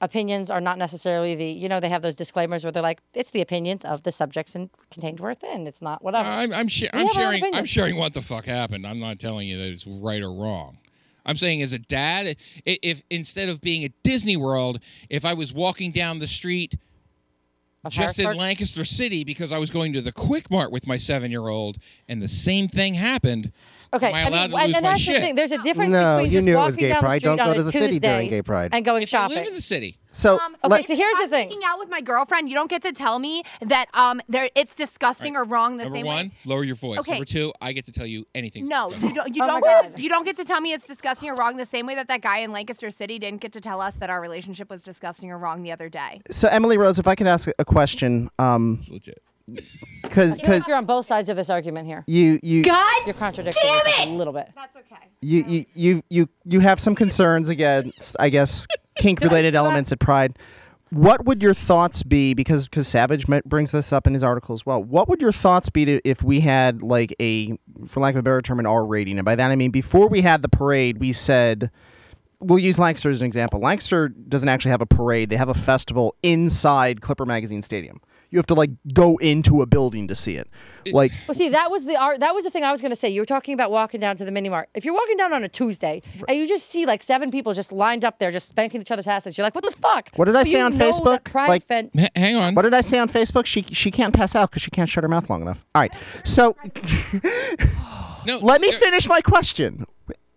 [SPEAKER 2] opinions are not necessarily the you know they have those disclaimers where they're like it's the opinions of the subjects and contained within. It's not whatever.
[SPEAKER 1] I'm, I'm, sha-
[SPEAKER 2] We
[SPEAKER 1] I'm
[SPEAKER 2] have our
[SPEAKER 1] sharing. I'm
[SPEAKER 2] opinions.
[SPEAKER 1] sharing what the fuck happened. I'm not telling you that it's right or wrong. I'm saying as a dad, i- if instead of being at Disney World, if I was walking down the street
[SPEAKER 2] A fire
[SPEAKER 1] just in
[SPEAKER 2] start-
[SPEAKER 1] Lancaster City because I was going to the Quick Mart with my seven-year-old, and the same thing happened,
[SPEAKER 2] Okay,
[SPEAKER 1] am I
[SPEAKER 2] I mean,
[SPEAKER 1] allowed to
[SPEAKER 2] and,
[SPEAKER 1] lose
[SPEAKER 2] and
[SPEAKER 1] my
[SPEAKER 2] that's
[SPEAKER 1] shit?
[SPEAKER 2] the thing. There's a difference
[SPEAKER 6] No,
[SPEAKER 2] between
[SPEAKER 6] you
[SPEAKER 2] just
[SPEAKER 6] knew it was
[SPEAKER 2] walking
[SPEAKER 6] gay
[SPEAKER 2] down
[SPEAKER 6] pride.
[SPEAKER 2] the street
[SPEAKER 6] Don't go
[SPEAKER 2] on
[SPEAKER 6] to
[SPEAKER 2] a
[SPEAKER 6] the
[SPEAKER 2] Tuesday
[SPEAKER 6] city during gay pride.
[SPEAKER 2] and going
[SPEAKER 1] if I
[SPEAKER 2] shopping.
[SPEAKER 1] live in the city,
[SPEAKER 8] Um, So
[SPEAKER 2] Um, okay,
[SPEAKER 8] let,
[SPEAKER 2] so here's the
[SPEAKER 7] I'm
[SPEAKER 2] thing.
[SPEAKER 7] Hanging out with my girlfriend, you don't get to tell me that um, there it's disgusting or wrong the
[SPEAKER 1] number
[SPEAKER 7] same
[SPEAKER 1] one,
[SPEAKER 7] way.
[SPEAKER 1] lower your voice.
[SPEAKER 7] Okay.
[SPEAKER 1] Number two, I get to tell you anything.
[SPEAKER 7] No, you don't. You
[SPEAKER 2] Oh my
[SPEAKER 7] don't. Get,
[SPEAKER 2] God.
[SPEAKER 7] you don't get to tell me it's disgusting or wrong the same way that that guy in Lancaster City didn't get to tell us that our relationship was disgusting or wrong the other day.
[SPEAKER 8] so Emily Rose, if I could ask a question, um,
[SPEAKER 1] It's legit.
[SPEAKER 8] because
[SPEAKER 2] I feel like you're on both sides of this argument here.
[SPEAKER 8] you you
[SPEAKER 2] You're contradicting yourself a little bit.
[SPEAKER 7] That's okay.
[SPEAKER 8] you you you you you have some concerns against I guess kink related elements at Pride. What would your thoughts be because because Savage m- brings this up in his article as well. What would your thoughts be to, if we had like a for lack of a better term an R rating? And by that I mean before we had the parade, we said we'll use Lancaster as an example. Lancaster doesn't actually have a parade; they have a festival inside Clipper Magazine Stadium. You have to like go into a building to see it. Like
[SPEAKER 2] Well, see, that was the art. That was the thing I was going to say. You were talking about walking down to the mini mart. If you're walking down on a Tuesday and you just see like seven people just lined up there, just spanking each other's asses, you're like, "What the fuck?"
[SPEAKER 8] What did I
[SPEAKER 2] But you
[SPEAKER 8] say on
[SPEAKER 2] know that
[SPEAKER 8] Facebook?
[SPEAKER 2] Pride
[SPEAKER 8] Like-
[SPEAKER 2] Fen-
[SPEAKER 1] H- hang on.
[SPEAKER 8] What did I say on Facebook? She she can't pass out because she can't shut her mouth long enough. All right. So
[SPEAKER 1] no,
[SPEAKER 8] let me
[SPEAKER 1] there-
[SPEAKER 8] finish my question.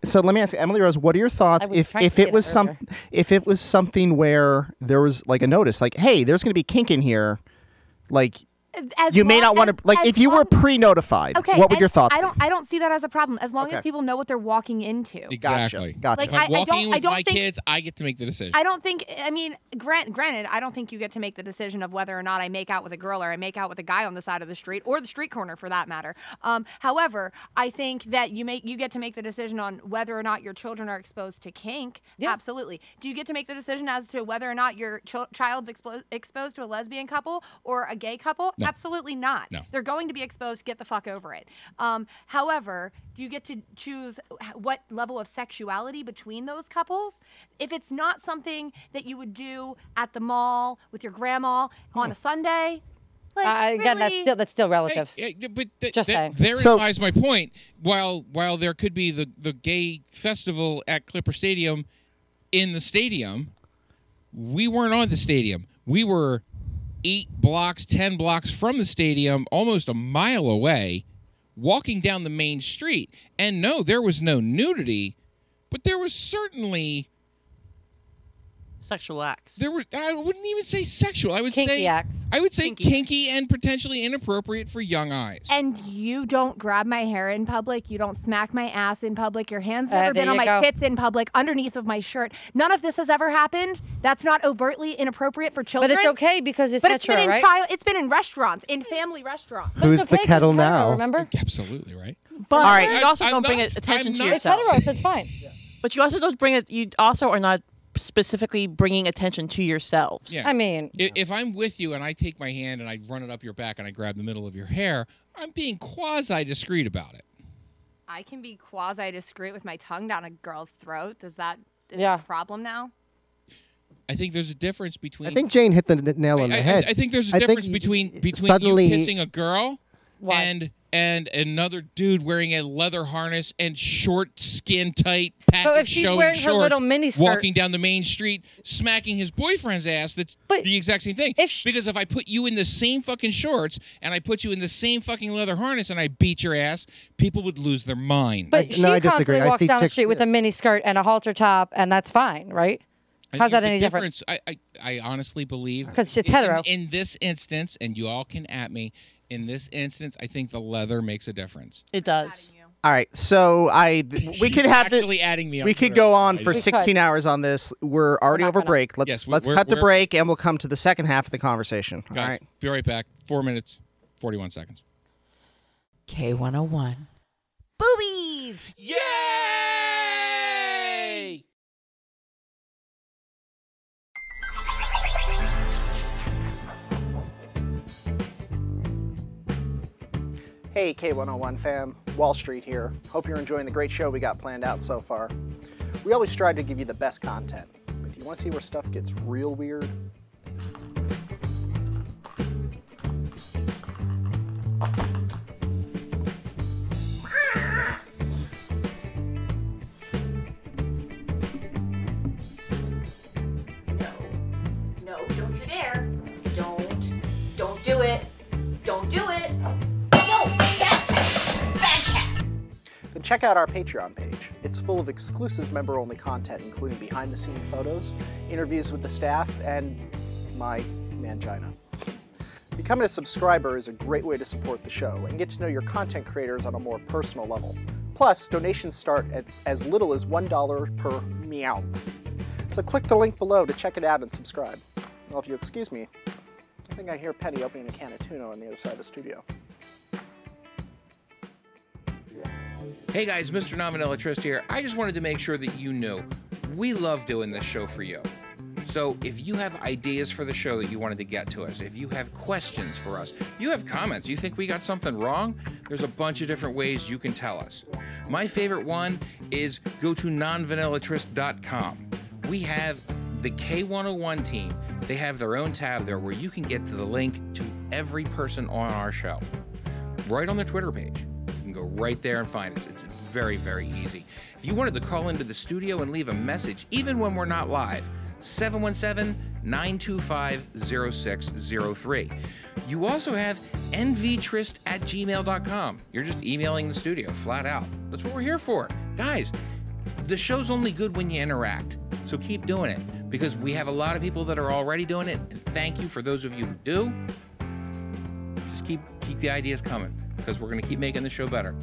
[SPEAKER 8] So let me ask you, Emily Rose, what are your thoughts
[SPEAKER 2] I was
[SPEAKER 8] if
[SPEAKER 2] trying
[SPEAKER 8] if
[SPEAKER 2] to
[SPEAKER 8] it
[SPEAKER 2] get
[SPEAKER 8] was
[SPEAKER 2] it
[SPEAKER 8] some
[SPEAKER 2] earlier.
[SPEAKER 8] if it was something where there was like a notice like hey there's going to be kink in here like
[SPEAKER 7] As
[SPEAKER 8] you may
[SPEAKER 7] long
[SPEAKER 8] not want to
[SPEAKER 7] as-
[SPEAKER 8] like
[SPEAKER 7] as
[SPEAKER 8] if you were
[SPEAKER 7] long-
[SPEAKER 8] pre-notified
[SPEAKER 7] Okay.
[SPEAKER 8] what would
[SPEAKER 7] as-
[SPEAKER 8] your thoughts
[SPEAKER 7] I don't. I don't see that as a problem as long
[SPEAKER 8] Okay.
[SPEAKER 7] as people know what they're walking into.
[SPEAKER 1] Exactly.
[SPEAKER 8] Gotcha.
[SPEAKER 1] If
[SPEAKER 7] Like, I- I
[SPEAKER 1] I'm walking
[SPEAKER 7] don't-
[SPEAKER 1] in
[SPEAKER 7] I
[SPEAKER 1] with
[SPEAKER 7] don't
[SPEAKER 1] my
[SPEAKER 7] think-
[SPEAKER 1] kids, I get to make the decision.
[SPEAKER 7] I don't think. I mean, grant granted, I don't think you get to make the decision of whether or not I make out with a girl or I make out with a guy on the side of the street or the street corner for that matter. Um, however, I think that you make you get to make the decision on whether or not your children are exposed to kink.
[SPEAKER 2] Yeah.
[SPEAKER 7] Absolutely. Do you get to make the decision as to whether or not your chil- child's expo- exposed to a lesbian couple or a gay couple?
[SPEAKER 1] No.
[SPEAKER 7] Absolutely not.
[SPEAKER 1] No.
[SPEAKER 7] They're going to be exposed. Get the fuck over it. Um, however, do you get to choose h- what level of sexuality between those couples? If it's not something that you would do at the mall with your grandma on a
[SPEAKER 1] Oh.
[SPEAKER 7] Sunday, like
[SPEAKER 2] I- again, that's
[SPEAKER 7] really-
[SPEAKER 2] still that's still
[SPEAKER 1] Hey,
[SPEAKER 2] relative.
[SPEAKER 1] yeah, but th-
[SPEAKER 2] Just
[SPEAKER 1] th-
[SPEAKER 2] saying.
[SPEAKER 1] therein
[SPEAKER 8] So-
[SPEAKER 1] lies my point. While while there could be the the gay festival at Clipper Stadium, in the stadium, we weren't on the stadium. We were eight blocks, ten blocks from the stadium, almost a mile away, walking down the main street. And no, there was no nudity, but there was certainly
[SPEAKER 4] Sexual acts.
[SPEAKER 1] there were. I wouldn't even say sexual. I would
[SPEAKER 2] Kinky
[SPEAKER 1] say
[SPEAKER 2] acts.
[SPEAKER 1] I would say
[SPEAKER 4] Kinky.
[SPEAKER 1] kinky and potentially inappropriate for young eyes.
[SPEAKER 7] And you don't grab my hair in public. You don't smack my ass in public. Your hands
[SPEAKER 2] Uh,
[SPEAKER 7] never
[SPEAKER 2] there
[SPEAKER 7] been on
[SPEAKER 2] you
[SPEAKER 7] my
[SPEAKER 2] go.
[SPEAKER 7] tits in public, underneath of my shirt. None of this has ever happened. That's not overtly inappropriate for
[SPEAKER 2] But
[SPEAKER 7] children.
[SPEAKER 2] it's okay because it's
[SPEAKER 7] But it's
[SPEAKER 2] hetero,
[SPEAKER 7] been in
[SPEAKER 2] right?
[SPEAKER 7] child. It's been in restaurants, in family restaurants.
[SPEAKER 2] But it's
[SPEAKER 6] Who's the
[SPEAKER 2] okay 'cause
[SPEAKER 6] kettle
[SPEAKER 2] it's hetero,
[SPEAKER 6] now?
[SPEAKER 2] Remember,
[SPEAKER 1] Absolutely right.
[SPEAKER 4] But all right,
[SPEAKER 1] I'm-
[SPEAKER 4] you also
[SPEAKER 1] I'm
[SPEAKER 4] don't bring
[SPEAKER 1] not-
[SPEAKER 4] it- attention
[SPEAKER 1] I'm
[SPEAKER 4] to
[SPEAKER 1] not-
[SPEAKER 2] it's
[SPEAKER 1] Yes.
[SPEAKER 4] yourself.
[SPEAKER 2] hetero, so it's fine.
[SPEAKER 4] But you also don't bring it. You also are not specifically bringing attention to yourselves.
[SPEAKER 1] Yeah.
[SPEAKER 2] I mean,
[SPEAKER 1] I- If I'm with you and I take my hand and I run it up your back and I grab the middle of your hair, I'm being quasi discreet about it.
[SPEAKER 7] I can be quasi discreet with my tongue down a girl's throat. Does that is
[SPEAKER 2] Yeah.
[SPEAKER 7] that a problem now?
[SPEAKER 1] I think there's a difference between.
[SPEAKER 6] I think Jane hit the n- nail
[SPEAKER 1] I,
[SPEAKER 6] on the
[SPEAKER 1] I-
[SPEAKER 6] head.
[SPEAKER 1] I think there's a
[SPEAKER 6] I think
[SPEAKER 1] difference
[SPEAKER 6] y-
[SPEAKER 1] between between
[SPEAKER 6] suddenly-
[SPEAKER 1] you kissing a girl
[SPEAKER 2] Why?
[SPEAKER 1] and and another dude wearing a leather harness and short, skin tight, patent
[SPEAKER 2] she's
[SPEAKER 1] showing
[SPEAKER 2] wearing her
[SPEAKER 1] shorts,
[SPEAKER 2] little mini skirt-
[SPEAKER 1] walking down the main street, smacking his boyfriend's ass. That's
[SPEAKER 2] But
[SPEAKER 1] the exact same thing.
[SPEAKER 2] if sh-
[SPEAKER 1] because if I put you in the same fucking shorts and I put you in the same fucking leather harness and I beat your ass, people would lose their mind.
[SPEAKER 2] but
[SPEAKER 6] I-
[SPEAKER 2] she
[SPEAKER 6] no, I disagree.
[SPEAKER 2] constantly
[SPEAKER 6] I
[SPEAKER 2] walks
[SPEAKER 6] see
[SPEAKER 2] down the
[SPEAKER 6] chicks-
[SPEAKER 2] street with a mini skirt and a halter top, and that's fine, right?
[SPEAKER 1] I
[SPEAKER 2] How's
[SPEAKER 1] think
[SPEAKER 2] that
[SPEAKER 1] the
[SPEAKER 2] any different?
[SPEAKER 1] difference- I, I, I honestly believe
[SPEAKER 2] 'Cause it's
[SPEAKER 1] in-
[SPEAKER 2] hetero.
[SPEAKER 1] In, this instance, and you all can at me. In this instance, I think the leather makes a difference.
[SPEAKER 4] it does.
[SPEAKER 8] all right so I we
[SPEAKER 1] She's
[SPEAKER 8] could have the,
[SPEAKER 1] actually adding me. On
[SPEAKER 8] we could
[SPEAKER 1] Twitter.
[SPEAKER 8] go on
[SPEAKER 1] I
[SPEAKER 8] for
[SPEAKER 1] just-
[SPEAKER 2] six-
[SPEAKER 8] 16 hours on this. We're already
[SPEAKER 2] not
[SPEAKER 8] over
[SPEAKER 2] gonna.
[SPEAKER 8] break. Let's
[SPEAKER 1] Yes, we-
[SPEAKER 8] let's
[SPEAKER 1] we're-
[SPEAKER 8] cut to
[SPEAKER 1] we're-
[SPEAKER 8] break and we'll come to the second half of the conversation.
[SPEAKER 1] Guys,
[SPEAKER 8] All right.
[SPEAKER 1] be right back. Four minutes, forty-one seconds.
[SPEAKER 9] K101. Boobies!
[SPEAKER 1] Yay!
[SPEAKER 8] Hey, K101 fam, Wall Street here. Hope you're enjoying the great show we got planned out so far. We always strive to give you the best content, but Do you want to see where stuff gets real weird?
[SPEAKER 9] No, don't you dare. Don't. Don't do it. Don't do it. No, back cat. Back cat.
[SPEAKER 8] Then check out our Patreon page. It's full of exclusive member only content, including behind the scenes photos, interviews with the staff, and my mangina. Becoming a subscriber is a great way to support the show and get to know your content creators on a more personal level. Plus, donations start at as little as $1 per meow. So click the link below to check it out and subscribe. Well, if you'll excuse me, I think I hear Penny opening a can of tuna on the other side of the studio.
[SPEAKER 1] Hey guys, Mr. Nominella Trist here. I just wanted to make sure that you know we love doing this show for you. So if you have ideas for the show that you wanted to get to us, if you have questions for us, you have comments, you think we got something wrong, there's a bunch of different ways you can tell us. My favorite one is go to nonvanillatrist.com. We have the K101 team. They have their own tab there where you can get to the link to every person on our show right on the Twitter page. You can go right there and find us. It's very, very easy. If you wanted to call into the studio and leave a message, even when we're not live, 717 925 0603. You also have nvtrist at gmail.com. You're just emailing the studio flat out. That's what we're here for. Guys, the show's only good when you interact. So keep doing it because we have a lot of people that are already doing it. And thank you for those of you who do just keep keep the ideas coming because we're going to keep making the show better.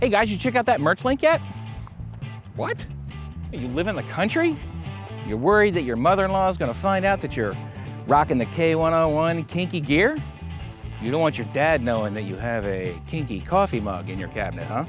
[SPEAKER 1] Hey guys, you check out that merch link yet? What? You live in the country? You're worried that your mother-in-law is going to find out that you're rocking the K101 kinky gear? You don't want your dad knowing that you have a kinky coffee mug in your cabinet, huh?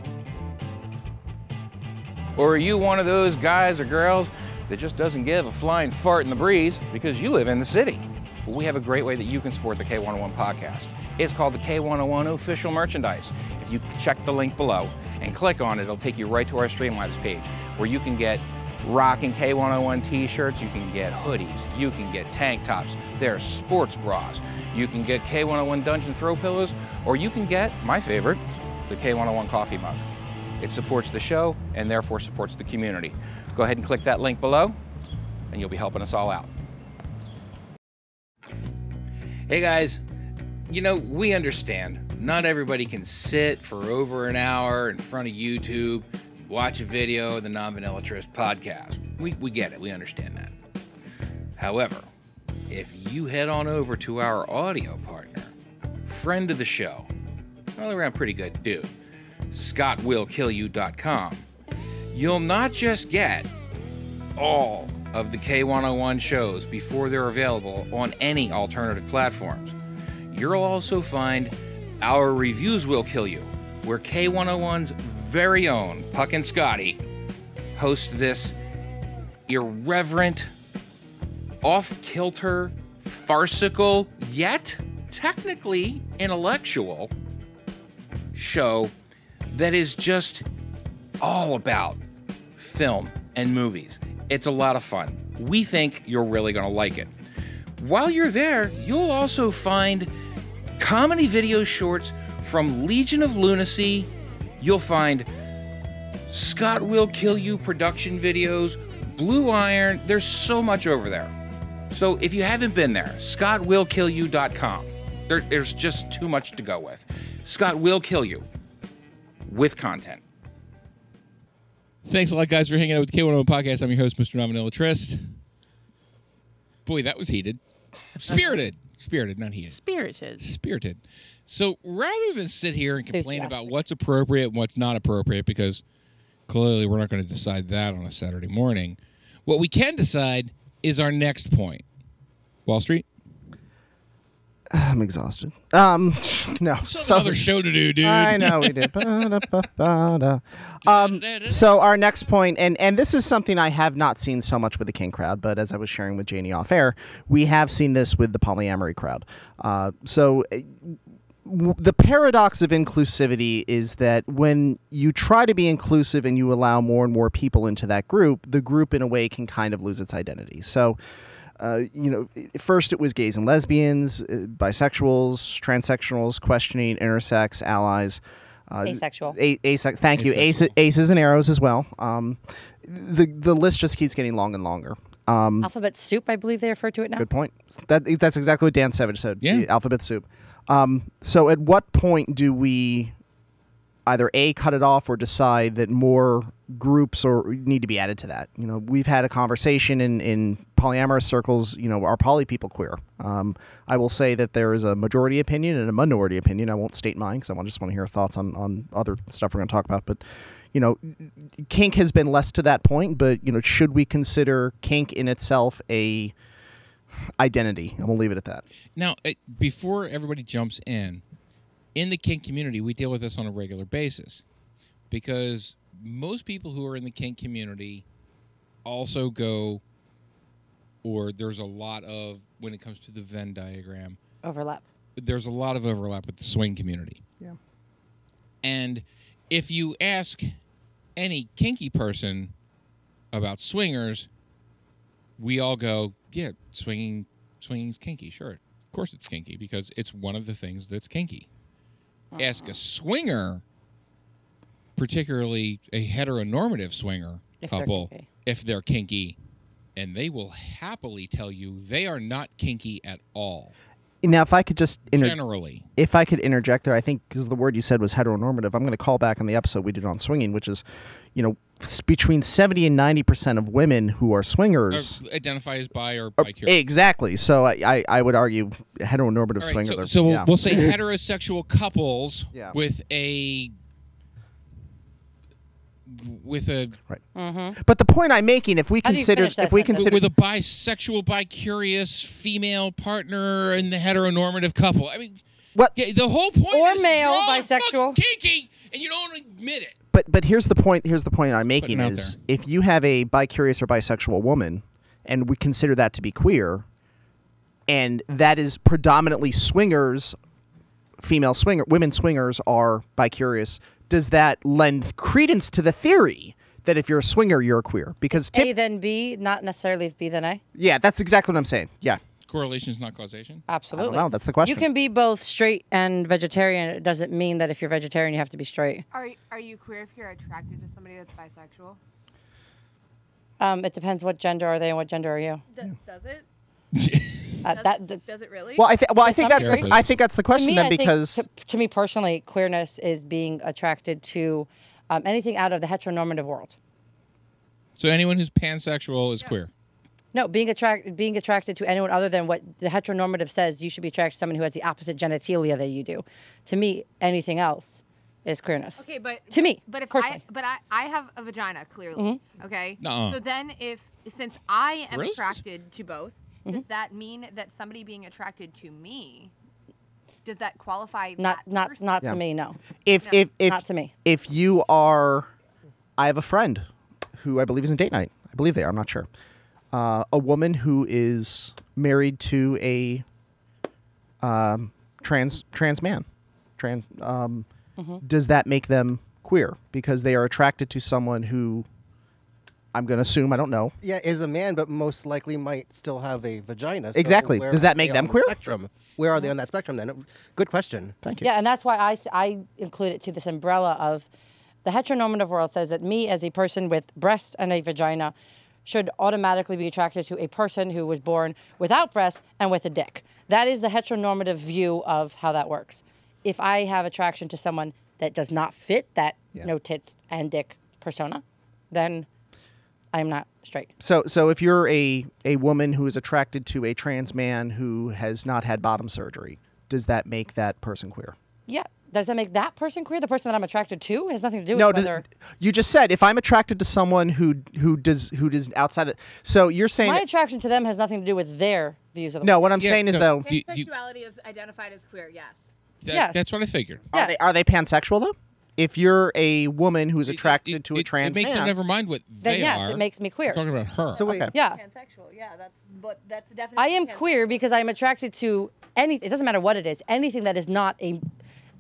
[SPEAKER 1] Or are you one of those guys or girls that just doesn't give a flying fart in the breeze because you live in the city? Well, we have a great way that you can support the K101 podcast. It's called the K101 Official Merchandise. If you check the link below and click on it, it'll take you right to our Streamlabs page where you can get rocking K101 t shirts, you can get hoodies, you can get tank tops, there are sports bras, you can get K101 dungeon throw pillows, or you can get, my favorite, the K101 coffee mug. It supports the show and therefore supports the community. Go ahead and click that link below, and you'll be helping us all out. Hey guys, you know, we understand not everybody can sit for over an hour in front of YouTube, watch a video of the Non Vanilla Trist podcast. We, we get it, we understand that. However, if you head on over to our audio partner, friend of the show, all around pretty good dude, scottwillkillyou.com, you'll not just get all of the K101 shows before they're available on any alternative platforms. You'll also find Our Reviews Will Kill You, where K101's very own Puck and Scotty host this irreverent, off kilter, farcical, yet technically intellectual show that is just all about film and movies. It's a lot of fun. We think you're really going to like it. While you're there, you'll also find comedy video shorts from Legion of Lunacy. You'll find Scott Will Kill You production videos, Blue Iron. There's so much over there. So if you haven't been there, scottwillkillyou.com. There, there's just too much to go with. Scott will kill you with content. Thanks a lot, guys, for hanging out with the K101 Podcast. I'm your host, Mr. Nominella Trist. Boy, that was heated. Spirited. Spirited, not heated.
[SPEAKER 4] Spirited.
[SPEAKER 1] Spirited. So rather than sit here and complain
[SPEAKER 2] Enthusiastic.
[SPEAKER 1] about what's appropriate and what's not appropriate, because clearly we're not going to decide that on a Saturday morning, what we can decide is our next point. Wall Street?
[SPEAKER 8] I'm exhausted. Um, no.
[SPEAKER 1] Some other show to do, dude.
[SPEAKER 8] I know we did. Ba-da-ba-ba-da. Um, so our next point, and and this is something I have not seen so much with the King crowd, but as I was sharing with Janie off air, we have seen this with the polyamory crowd. Uh, so uh, w- the paradox of inclusivity is that when you try to be inclusive and you allow more and more people into that group, the group in a way can kind of lose its identity. So, uh, you know, i- first it was gays and lesbians, uh, bisexuals, transsexuals, questioning, intersex, allies. Uh,
[SPEAKER 2] Asexual.
[SPEAKER 8] A- asex- thank you. Ace- aces and arrows as well. Um, the the list just keeps getting long and longer. Um,
[SPEAKER 2] Alphabet soup, I believe they refer to it now.
[SPEAKER 8] Good point. That that's exactly what Dan Savage said.
[SPEAKER 1] Yeah.
[SPEAKER 8] the Alphabet soup. Um, so at what point do we either a cut it off or decide that more groups or need to be added to that? You know, we've had a conversation in in polyamorous circles. You know, are poly people queer? Um, I will say that there is a majority opinion and a minority opinion. I won't state mine because I want- just want to hear thoughts on on other stuff we're going to talk about, but. You know, kink has been less to that point, but you know, should we consider kink in itself a identity. I'm gonna leave it at that.
[SPEAKER 1] Now, it, before everybody jumps in, in the kink community, we deal with this on a regular basis because most people who are in the kink community also go, or there's a lot of, when it comes to the Venn diagram,
[SPEAKER 2] Overlap.
[SPEAKER 1] there's a lot of overlap with the swing community. Yeah. And if you ask any kinky person about swingers, we all go, yeah, swinging swinging's kinky, sure. Of course it's kinky because it's one of the things that's kinky.
[SPEAKER 2] Uh-huh.
[SPEAKER 1] Ask a swinger, particularly a heteronormative swinger
[SPEAKER 2] If they're
[SPEAKER 1] couple,
[SPEAKER 2] kinky.
[SPEAKER 1] if they're kinky, and they will happily tell you they are not kinky at all.
[SPEAKER 8] Now, if I could just inter-
[SPEAKER 1] generally.
[SPEAKER 8] if I could interject there, I think because the word you said was heteronormative, I'm going to call back on the episode we did on swinging, which is, you know, s- between 70 and 90 percent of women who are swingers.
[SPEAKER 1] Or identify as bi or
[SPEAKER 8] are-
[SPEAKER 1] bicurious.
[SPEAKER 8] exactly. So I, I, I would argue heteronormative
[SPEAKER 1] All right,
[SPEAKER 8] swingers
[SPEAKER 1] so,
[SPEAKER 8] are.
[SPEAKER 1] so we'll-
[SPEAKER 8] yeah.
[SPEAKER 1] we'll say heterosexual couples
[SPEAKER 8] Yeah.
[SPEAKER 1] with a with a
[SPEAKER 8] but the point I'm making, if we
[SPEAKER 2] Mm-hmm. How do you
[SPEAKER 8] consider,
[SPEAKER 2] finish that
[SPEAKER 8] if we
[SPEAKER 2] sentence?
[SPEAKER 8] consider,
[SPEAKER 1] with a bisexual, bicurious female partner and the heteronormative couple. I mean,
[SPEAKER 8] What-
[SPEAKER 1] yeah, the whole point
[SPEAKER 2] Or
[SPEAKER 1] is you're
[SPEAKER 2] male,
[SPEAKER 1] all
[SPEAKER 2] bisexual.
[SPEAKER 1] fucking kinky, and you don't admit it.
[SPEAKER 8] But but here's the point. Here's the point I'm
[SPEAKER 1] Putting
[SPEAKER 8] making
[SPEAKER 1] it out
[SPEAKER 8] is if you have a bicurious or bisexual woman, and we consider that to be queer, and that is predominantly swingers, female swinger, women swingers are bicurious. Does that lend credence to the theory that if you're a swinger, you're queer? Because tip,
[SPEAKER 2] A then B, not necessarily if B then A.
[SPEAKER 8] yeah, that's exactly what I'm saying. Yeah,
[SPEAKER 1] Correlation is not causation.
[SPEAKER 2] Absolutely.
[SPEAKER 8] know. That's the question.
[SPEAKER 2] You can be both straight and vegetarian. It doesn't mean that if you're vegetarian, you have to be straight.
[SPEAKER 7] Are are you queer if you're attracted to somebody that's bisexual?
[SPEAKER 2] Um, it depends what gender are they and what gender are you.
[SPEAKER 7] Does it?
[SPEAKER 2] Uh, that, th-
[SPEAKER 7] Does it really?
[SPEAKER 8] Well, I think well, I think
[SPEAKER 2] not
[SPEAKER 8] that's the,
[SPEAKER 1] queer.
[SPEAKER 8] I think that's the question
[SPEAKER 2] me,
[SPEAKER 8] then
[SPEAKER 2] I think
[SPEAKER 8] because
[SPEAKER 2] to, to me personally, queerness is being attracted to um, anything out of the heteronormative world.
[SPEAKER 1] So anyone who's pansexual is queer.
[SPEAKER 2] No, being attracted being attracted to anyone other than what the heteronormative says you should be attracted to someone who has the opposite genitalia that you do. To me, anything else is queerness.
[SPEAKER 7] Okay, but
[SPEAKER 2] To me,
[SPEAKER 7] but if
[SPEAKER 2] personally.
[SPEAKER 7] I but I, I have a vagina clearly. Okay.
[SPEAKER 1] Nuh-uh.
[SPEAKER 7] So then if since I am
[SPEAKER 1] Really?
[SPEAKER 7] attracted to both, does that mean that somebody being attracted to me does that qualify
[SPEAKER 2] Not
[SPEAKER 7] that
[SPEAKER 2] not
[SPEAKER 7] person?
[SPEAKER 2] not
[SPEAKER 8] Yeah.
[SPEAKER 2] to me, no.
[SPEAKER 8] if if if
[SPEAKER 2] not to me.
[SPEAKER 8] if you are i have a friend who i believe is in date night i believe they are i'm not sure uh, a woman who is married to a um, trans trans man trans um, does that make them queer because they are attracted to someone who i'm going to assume i don't know
[SPEAKER 6] Yeah, is a man, but most likely might still have a vagina. so
[SPEAKER 8] Exactly.
[SPEAKER 6] where
[SPEAKER 8] Does that
[SPEAKER 6] are
[SPEAKER 8] make
[SPEAKER 6] they
[SPEAKER 8] them
[SPEAKER 6] on the
[SPEAKER 8] queer?
[SPEAKER 6] Spectrum. Where are they on that spectrum then? Good question.
[SPEAKER 8] thank you
[SPEAKER 2] Yeah, and that's why I, s- I include it to this umbrella of the heteronormative world says that me as a person with breasts and a vagina should automatically be attracted to a person who was born without breasts and with a dick. That is the heteronormative view of how that works. If I have attraction to someone that does not fit that no tits and dick persona, then I'm not straight.
[SPEAKER 8] so so if you're a a woman who is attracted to a trans man who has not had bottom surgery does that make that person queer
[SPEAKER 2] Yeah. Does that make that person queer? The person that I'm attracted to has nothing to do with
[SPEAKER 8] No, does,
[SPEAKER 2] whether
[SPEAKER 8] you just said if I'm attracted to someone who who does who does outside the so you're saying
[SPEAKER 2] my attraction to them has nothing to do with their views of the
[SPEAKER 8] no. What I'm
[SPEAKER 1] Yeah,
[SPEAKER 8] saying is
[SPEAKER 1] no,
[SPEAKER 8] though,
[SPEAKER 1] do- do-
[SPEAKER 7] is identified as queer, yes.
[SPEAKER 1] that-
[SPEAKER 2] Yes.
[SPEAKER 1] that's what I figured.
[SPEAKER 8] are,
[SPEAKER 2] Yes.
[SPEAKER 8] they, are they pansexual though? if you're a woman who's
[SPEAKER 1] It- it-
[SPEAKER 8] attracted to a
[SPEAKER 1] it-
[SPEAKER 8] trans
[SPEAKER 1] It makes
[SPEAKER 8] man,
[SPEAKER 1] you never mind what
[SPEAKER 2] Then
[SPEAKER 1] they
[SPEAKER 2] yes,
[SPEAKER 1] are.
[SPEAKER 2] it makes me queer.
[SPEAKER 1] I'm talking about her.
[SPEAKER 6] So wait,
[SPEAKER 8] Okay.
[SPEAKER 2] Yeah.
[SPEAKER 7] Pansexual. Yeah, that's but that's definitely.
[SPEAKER 2] I am queer because I'm attracted to any. It doesn't matter what it is. Anything that is not a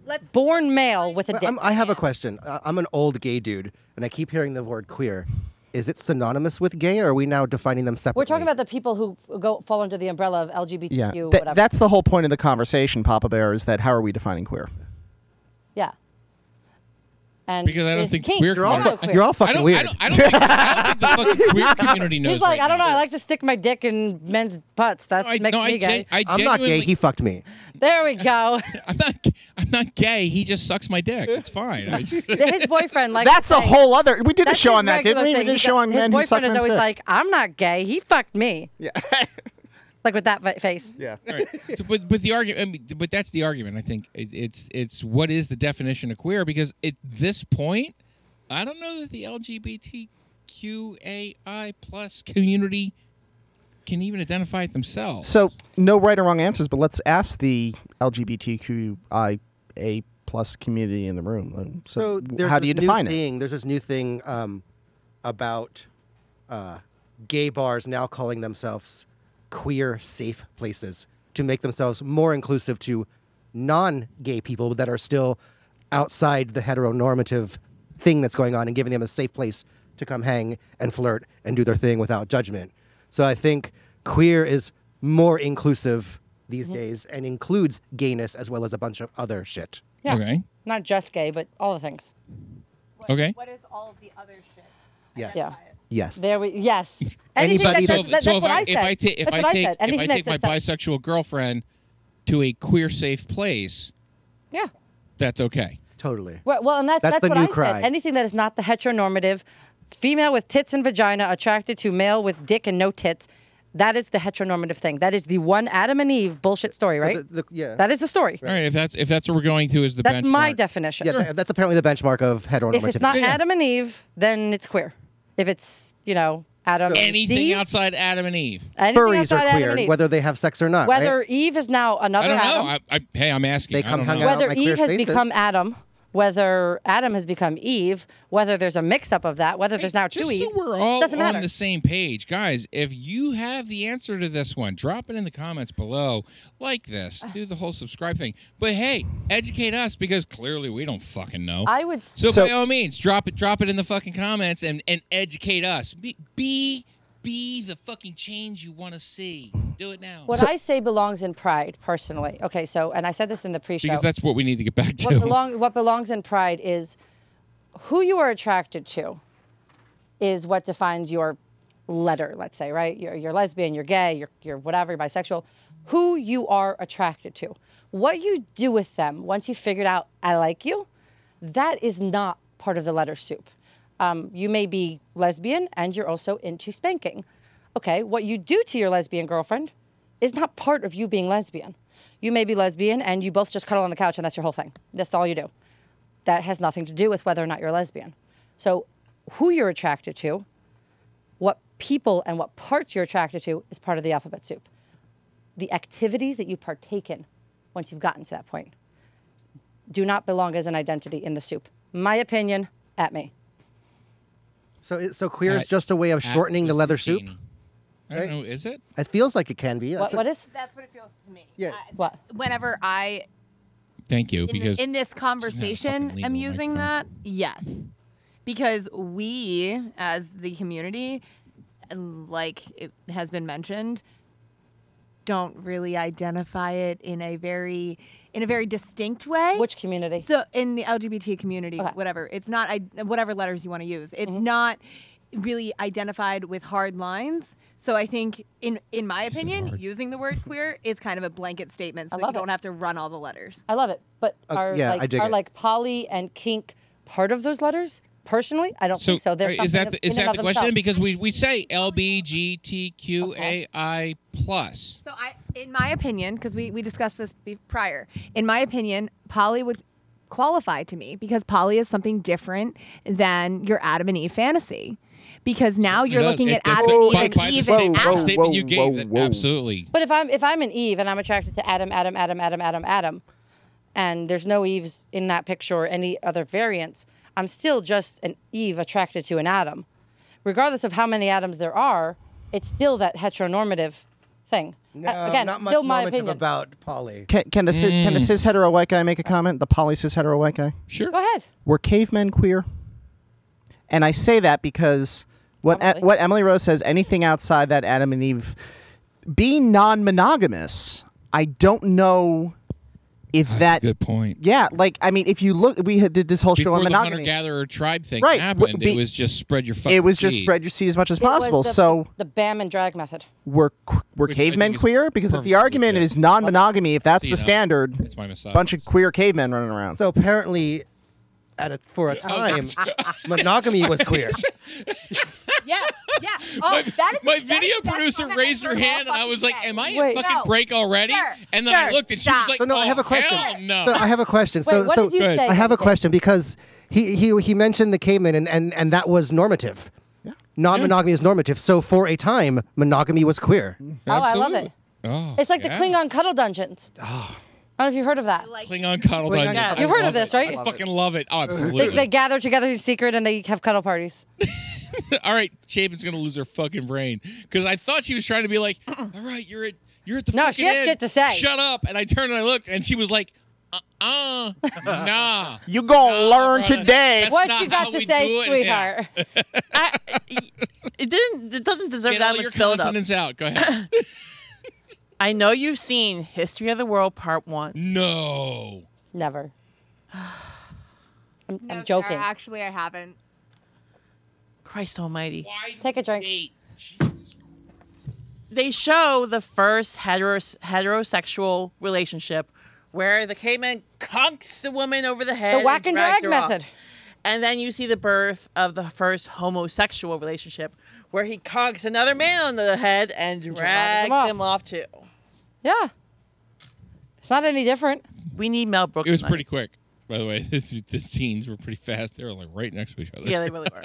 [SPEAKER 7] Let's
[SPEAKER 2] born male with a
[SPEAKER 6] But
[SPEAKER 2] dick.
[SPEAKER 6] I'm, I have a question. I- I'm an old gay dude, and I keep hearing the word queer. Is it synonymous with gay, or are we now defining them separately?
[SPEAKER 2] We're talking about the people who go fall under the umbrella of LGBTQ.
[SPEAKER 8] yeah, Th-
[SPEAKER 2] whatever.
[SPEAKER 8] that's the whole point of the conversation, Papa Bear, is that how are we defining queer?
[SPEAKER 2] yeah. And
[SPEAKER 1] Because I don't
[SPEAKER 2] it's
[SPEAKER 1] think
[SPEAKER 2] kink.
[SPEAKER 1] queer
[SPEAKER 2] It's
[SPEAKER 1] You're all
[SPEAKER 2] also
[SPEAKER 1] fu-
[SPEAKER 2] queer.
[SPEAKER 6] You're all
[SPEAKER 1] I
[SPEAKER 6] fucking
[SPEAKER 1] don't,
[SPEAKER 6] weird.
[SPEAKER 1] I don't, I don't, think, I don't think the fucking queer community knows.
[SPEAKER 2] He's like,
[SPEAKER 1] right
[SPEAKER 2] I don't
[SPEAKER 1] now.
[SPEAKER 2] know. I like to stick my dick in men's butts. That
[SPEAKER 1] I,
[SPEAKER 2] makes
[SPEAKER 1] no,
[SPEAKER 2] me
[SPEAKER 1] I,
[SPEAKER 2] gay.
[SPEAKER 1] gen- I
[SPEAKER 6] I'm not gay.
[SPEAKER 1] genuinely-
[SPEAKER 6] He fucked me.
[SPEAKER 2] there we go.
[SPEAKER 1] I'm not. I'm not gay. He just sucks my dick. It's fine. I just-
[SPEAKER 2] His boyfriend like
[SPEAKER 8] that's a whole other. We did a
[SPEAKER 2] That's
[SPEAKER 8] show
[SPEAKER 2] his
[SPEAKER 8] on that, didn't
[SPEAKER 2] regular
[SPEAKER 8] we? We
[SPEAKER 2] thing.
[SPEAKER 8] did a
[SPEAKER 2] He
[SPEAKER 8] show
[SPEAKER 2] go-
[SPEAKER 8] on
[SPEAKER 2] his
[SPEAKER 8] men who suck
[SPEAKER 2] boyfriend is
[SPEAKER 8] men's
[SPEAKER 2] always
[SPEAKER 8] dick.
[SPEAKER 2] like, I'm not gay. He fucked me. Yeah. like with that fa- face.
[SPEAKER 8] yeah.
[SPEAKER 1] All right. So, but but the argument, I mean, but that's the argument. I think it, it's it's what is the definition of queer? Because at this point, I don't know that the LGBTQAI plus community can even identify it themselves.
[SPEAKER 8] So no right or wrong answers, but let's ask the LGBTQIA plus community in the room. Like, So,
[SPEAKER 6] So there's
[SPEAKER 8] how do
[SPEAKER 6] this
[SPEAKER 8] you
[SPEAKER 6] new
[SPEAKER 8] define it?
[SPEAKER 6] thing, There's this new thing um, about uh, gay bars now calling themselves queer safe places to make themselves more inclusive to non-gay people that are still outside the heteronormative thing that's going on and giving them a safe place to come hang and flirt and do their thing without judgment. So I think queer is more inclusive these days and includes gayness as well as a bunch of other shit.
[SPEAKER 2] Yeah.
[SPEAKER 1] okay,
[SPEAKER 2] Not just gay, but all the things.
[SPEAKER 1] okay.
[SPEAKER 7] What is all of the other shit?
[SPEAKER 6] Yes.
[SPEAKER 2] Yeah.
[SPEAKER 6] Yes.
[SPEAKER 2] There we yes.
[SPEAKER 6] Anybody
[SPEAKER 2] Anything that,
[SPEAKER 6] that-
[SPEAKER 1] So, so
[SPEAKER 2] says- that,
[SPEAKER 1] if
[SPEAKER 2] that's what
[SPEAKER 1] I,
[SPEAKER 2] I,
[SPEAKER 1] if
[SPEAKER 2] said.
[SPEAKER 1] I, ta- if
[SPEAKER 2] that's
[SPEAKER 1] I
[SPEAKER 2] what
[SPEAKER 1] take
[SPEAKER 2] said.
[SPEAKER 1] if I
[SPEAKER 2] Anything that
[SPEAKER 1] take my
[SPEAKER 2] says that-
[SPEAKER 1] bisexual girlfriend to a queer safe place,
[SPEAKER 2] Yeah.
[SPEAKER 1] that's okay.
[SPEAKER 6] Totally.
[SPEAKER 2] Well, well, and that's
[SPEAKER 6] That's
[SPEAKER 2] that's,
[SPEAKER 6] the
[SPEAKER 2] what
[SPEAKER 6] new
[SPEAKER 2] I
[SPEAKER 6] cry.
[SPEAKER 2] said. Anything that is not the heteronormative, female with tits and vagina attracted to male with dick and no tits, that is the heteronormative thing. That is the one Adam and Eve bullshit story, right?
[SPEAKER 6] The- the- yeah.
[SPEAKER 2] that is the story.
[SPEAKER 1] All right, if that's if that's what we're going to is the
[SPEAKER 2] That's
[SPEAKER 1] benchmark.
[SPEAKER 2] my definition.
[SPEAKER 6] Yeah, tha- that's apparently the benchmark of heteronormativity.
[SPEAKER 2] Mm. if it's not
[SPEAKER 1] Yeah, yeah.
[SPEAKER 2] Adam and Eve, then it's queer. If it's you know Adam,
[SPEAKER 1] Anything
[SPEAKER 2] and Eve,
[SPEAKER 1] outside Adam and Eve.
[SPEAKER 2] anything
[SPEAKER 6] furries
[SPEAKER 2] outside
[SPEAKER 6] are
[SPEAKER 2] Adam and
[SPEAKER 6] queer,
[SPEAKER 2] Eve,
[SPEAKER 6] whether they have sex or not. right?
[SPEAKER 2] whether Eve is now
[SPEAKER 1] I
[SPEAKER 2] another
[SPEAKER 1] don't
[SPEAKER 2] Adam,
[SPEAKER 1] know. I, I, hey, I'm asking.
[SPEAKER 6] They
[SPEAKER 1] I
[SPEAKER 6] come
[SPEAKER 1] don't
[SPEAKER 6] hung
[SPEAKER 1] know.
[SPEAKER 6] out.
[SPEAKER 2] whether
[SPEAKER 6] my queer
[SPEAKER 2] Eve has
[SPEAKER 6] spaces.
[SPEAKER 2] become Adam, whether Adam has become Eve, whether there's a mix-up of that, whether there's now two
[SPEAKER 1] Just so
[SPEAKER 2] Eves,
[SPEAKER 1] we're all
[SPEAKER 2] doesn't
[SPEAKER 1] on
[SPEAKER 2] matter.
[SPEAKER 1] the same page, guys. If you have the answer to this one, drop it in the comments below. Like this,
[SPEAKER 2] Ah.
[SPEAKER 1] do the whole subscribe thing. But hey, educate us because clearly we don't fucking know.
[SPEAKER 2] I would.
[SPEAKER 1] so,
[SPEAKER 8] So-
[SPEAKER 1] by all means, drop it, drop it in the fucking comments and and educate us. Be be, be the fucking change you want to see. Do it now
[SPEAKER 2] What I say belongs in pride, personally. Okay, so and I said this in the pre-show.
[SPEAKER 1] because that's what we need to get back to.
[SPEAKER 2] what, belong, what belongs in pride is who you are attracted to is what defines your letter let's say right you're, you're lesbian you're gay you're, you're whatever you're bisexual who you are attracted to what you do with them once you figured out i like you that is not part of the letter soup um, you may be lesbian and you're also into spanking okay what you do to your lesbian girlfriend is not part of you being lesbian. You may be lesbian and you both just cuddle on the couch and that's your whole thing. That's all you do. That has nothing to do with whether or not you're lesbian. So, who you're attracted to, what people and what parts you're attracted to is part of the alphabet soup. The activities that you partake in once you've gotten to that point do not belong as an identity in the soup. My opinion, at me.
[SPEAKER 6] so, it, so queer is
[SPEAKER 1] At-
[SPEAKER 6] just a way of
[SPEAKER 1] At
[SPEAKER 6] shortening the
[SPEAKER 1] Twisted
[SPEAKER 6] leather soup.
[SPEAKER 1] Genie. I don't
[SPEAKER 6] Right?
[SPEAKER 1] know. Is it?
[SPEAKER 6] It feels like it can be.
[SPEAKER 2] What,
[SPEAKER 6] That's
[SPEAKER 2] what is?
[SPEAKER 7] That's what it feels to me.
[SPEAKER 6] Yeah.
[SPEAKER 7] I-
[SPEAKER 2] What?
[SPEAKER 7] Whenever I
[SPEAKER 1] Thank you.
[SPEAKER 7] in,
[SPEAKER 1] Because
[SPEAKER 7] in this
[SPEAKER 1] fucking
[SPEAKER 7] conversation
[SPEAKER 1] legal
[SPEAKER 7] am using that,
[SPEAKER 1] microphone.
[SPEAKER 7] yes, because we as the community, like it has been mentioned, don't really identify it in a very in a very distinct way.
[SPEAKER 2] Which community?
[SPEAKER 7] So in the LGBT community,
[SPEAKER 2] Okay. Mm-hmm.
[SPEAKER 7] whatever. It's not I, whatever letters you want to use. It's not really identified with hard lines. So I think in in my
[SPEAKER 1] This is
[SPEAKER 7] opinion,
[SPEAKER 1] hard.
[SPEAKER 7] using the word queer is kind of a blanket statement
[SPEAKER 2] I
[SPEAKER 7] so that you
[SPEAKER 2] love it.
[SPEAKER 7] don't have to run all the letters.
[SPEAKER 2] I love it, but
[SPEAKER 6] Uh,
[SPEAKER 2] are
[SPEAKER 6] yeah, I
[SPEAKER 2] like
[SPEAKER 6] dig
[SPEAKER 2] are
[SPEAKER 6] it.
[SPEAKER 2] like poly and kink part of those letters? Personally, I don't
[SPEAKER 1] So,
[SPEAKER 2] think so. They're
[SPEAKER 1] uh, is
[SPEAKER 2] something
[SPEAKER 1] that
[SPEAKER 2] of-
[SPEAKER 1] the, is
[SPEAKER 2] in and
[SPEAKER 1] that
[SPEAKER 2] of
[SPEAKER 1] the question?
[SPEAKER 2] themselves.
[SPEAKER 1] Because we, we say LBGTQAI plus.
[SPEAKER 7] So I in my opinion, because we, we discussed this be- prior, in my opinion, poly would qualify to me because poly is something different than your Adam and Eve fantasy. Because now Oh, you're
[SPEAKER 1] No,
[SPEAKER 7] looking
[SPEAKER 1] it-
[SPEAKER 7] at
[SPEAKER 1] that's
[SPEAKER 7] Adam
[SPEAKER 1] a-
[SPEAKER 7] and
[SPEAKER 1] by-
[SPEAKER 7] Eve
[SPEAKER 1] by
[SPEAKER 7] and
[SPEAKER 1] the
[SPEAKER 7] Eve
[SPEAKER 1] statement-
[SPEAKER 7] and
[SPEAKER 1] by the
[SPEAKER 7] Adam.
[SPEAKER 8] whoa,
[SPEAKER 1] statement you
[SPEAKER 8] whoa,
[SPEAKER 1] gave, that
[SPEAKER 8] whoa.
[SPEAKER 1] absolutely.
[SPEAKER 2] But if I'm if I'm an Eve and I'm attracted to Adam, Adam, Adam, Adam, Adam, Adam, and there's no Eves in that picture or any other variants, I'm still just an Eve attracted to an atom. Regardless of how many atoms there are, it's still that heteronormative thing. A-
[SPEAKER 6] No,
[SPEAKER 2] uh, Again,
[SPEAKER 6] not much
[SPEAKER 2] still my
[SPEAKER 6] normative
[SPEAKER 2] opinion.
[SPEAKER 6] about Polly.
[SPEAKER 8] Can, can the cis-
[SPEAKER 1] Mm.
[SPEAKER 8] can the cis hetero white guy make a comment? The poly cis hetero white guy.
[SPEAKER 2] Go ahead.
[SPEAKER 8] Were cavemen queer? And I say that because what e-
[SPEAKER 2] Probably.
[SPEAKER 8] what Emily Rose says, anything outside that Adam and Eve being non-monogamous, I don't know if that.
[SPEAKER 1] good point.
[SPEAKER 8] Yeah, like I mean, if you look, we had, did this whole show
[SPEAKER 1] Before
[SPEAKER 8] on
[SPEAKER 1] the hunter
[SPEAKER 8] monogamy.
[SPEAKER 1] gatherer tribe thing
[SPEAKER 8] Right, w-
[SPEAKER 1] happened,
[SPEAKER 8] be-
[SPEAKER 1] it was just spread your fucking
[SPEAKER 8] It was just
[SPEAKER 1] seed.
[SPEAKER 8] spread your seed as much as
[SPEAKER 2] It was
[SPEAKER 8] possible.
[SPEAKER 2] the-
[SPEAKER 8] so
[SPEAKER 2] the bam and drag method.
[SPEAKER 8] were qu- were
[SPEAKER 1] Which I
[SPEAKER 8] cavemen
[SPEAKER 1] think is
[SPEAKER 8] queer? Because if
[SPEAKER 1] perfectly
[SPEAKER 8] the argument
[SPEAKER 1] good.
[SPEAKER 8] is non-monogamy, if that's
[SPEAKER 1] See,
[SPEAKER 8] the
[SPEAKER 1] now,
[SPEAKER 8] standard,
[SPEAKER 1] That's my mistake.
[SPEAKER 8] bunch of queer cavemen running around.
[SPEAKER 6] So apparently, at a, for a time, monogamy was queer.
[SPEAKER 7] Yeah, yeah. Oh,
[SPEAKER 1] my,
[SPEAKER 7] that is
[SPEAKER 1] my
[SPEAKER 7] that's-
[SPEAKER 1] video
[SPEAKER 7] that's
[SPEAKER 1] producer
[SPEAKER 7] something I
[SPEAKER 1] raised her
[SPEAKER 7] heard
[SPEAKER 1] hand,
[SPEAKER 7] all
[SPEAKER 1] and I was
[SPEAKER 7] fucking
[SPEAKER 1] like,
[SPEAKER 7] day.
[SPEAKER 1] "Am I in
[SPEAKER 2] Wait.
[SPEAKER 1] fucking
[SPEAKER 7] No.
[SPEAKER 1] break already?"
[SPEAKER 7] Sir,
[SPEAKER 1] and then I
[SPEAKER 7] sir,
[SPEAKER 1] looked, and she was
[SPEAKER 7] stop.
[SPEAKER 1] like,
[SPEAKER 6] So no, I
[SPEAKER 1] "Oh,
[SPEAKER 6] have a question.
[SPEAKER 1] hell no."
[SPEAKER 6] So I have a question. So
[SPEAKER 2] Wait, what
[SPEAKER 6] so
[SPEAKER 2] did you
[SPEAKER 1] Go ahead.
[SPEAKER 2] say?
[SPEAKER 6] I have a
[SPEAKER 2] David?
[SPEAKER 6] question because he he he mentioned the caveman and and and that was normative. Non-monogamy is normative. So for a time, monogamy was queer.
[SPEAKER 2] Oh, I love
[SPEAKER 1] Absolutely.
[SPEAKER 2] it.
[SPEAKER 1] Oh,
[SPEAKER 2] It's like
[SPEAKER 1] yeah.
[SPEAKER 2] the Klingon cuddle dungeons. I don't know if you've heard of that.
[SPEAKER 1] Klingon cuddle dungeons.
[SPEAKER 4] yeah.
[SPEAKER 1] I
[SPEAKER 2] You've heard of
[SPEAKER 1] love
[SPEAKER 2] this,
[SPEAKER 1] it.
[SPEAKER 2] right?
[SPEAKER 1] I fucking love it. Oh,
[SPEAKER 2] They,
[SPEAKER 1] absolutely.
[SPEAKER 2] they gather together in secret and they have cuddle parties.
[SPEAKER 1] All right, Chapin's gonna lose her fucking brain because I thought she was trying to be like, "All right, you're at you're at the
[SPEAKER 2] No,
[SPEAKER 1] fucking
[SPEAKER 2] she has
[SPEAKER 1] end.
[SPEAKER 2] shit to say.
[SPEAKER 1] Shut up!" And I turned and I looked, and she was like, "Uh, uh nah."
[SPEAKER 8] You gonna
[SPEAKER 1] Nah,
[SPEAKER 8] learn
[SPEAKER 1] brother.
[SPEAKER 8] today?
[SPEAKER 1] That's
[SPEAKER 2] what
[SPEAKER 1] not
[SPEAKER 2] you
[SPEAKER 1] how
[SPEAKER 2] got to
[SPEAKER 1] we do
[SPEAKER 2] say,
[SPEAKER 1] it.
[SPEAKER 2] sweetheart?
[SPEAKER 4] I, it didn't. It doesn't deserve
[SPEAKER 1] Yeah. Get
[SPEAKER 4] that
[SPEAKER 1] all your
[SPEAKER 4] much build up.
[SPEAKER 1] consonants out. Go ahead.
[SPEAKER 4] I know you've seen History of the World Part One.
[SPEAKER 1] no.
[SPEAKER 2] Never. I'm,
[SPEAKER 7] No,
[SPEAKER 2] I'm
[SPEAKER 7] Sarah,
[SPEAKER 2] joking.
[SPEAKER 7] actually, I haven't.
[SPEAKER 4] Christ Almighty!
[SPEAKER 1] Why
[SPEAKER 2] Take a drink.
[SPEAKER 1] date?
[SPEAKER 4] They show the first heteros- heterosexual relationship, where the caveman conks the woman over the head.
[SPEAKER 2] The whack and
[SPEAKER 4] drags
[SPEAKER 2] drag
[SPEAKER 4] her off.
[SPEAKER 2] method.
[SPEAKER 4] And then you see the birth of the first homosexual relationship, where he conks another man on the head and drags
[SPEAKER 2] him off.
[SPEAKER 4] him off too.
[SPEAKER 2] Yeah. It's not any different.
[SPEAKER 4] We need Mel Brooks.
[SPEAKER 1] It was
[SPEAKER 4] tonight.
[SPEAKER 1] pretty quick, by the way. the scenes were pretty fast. They were like right next to each other.
[SPEAKER 4] Yeah, they really were.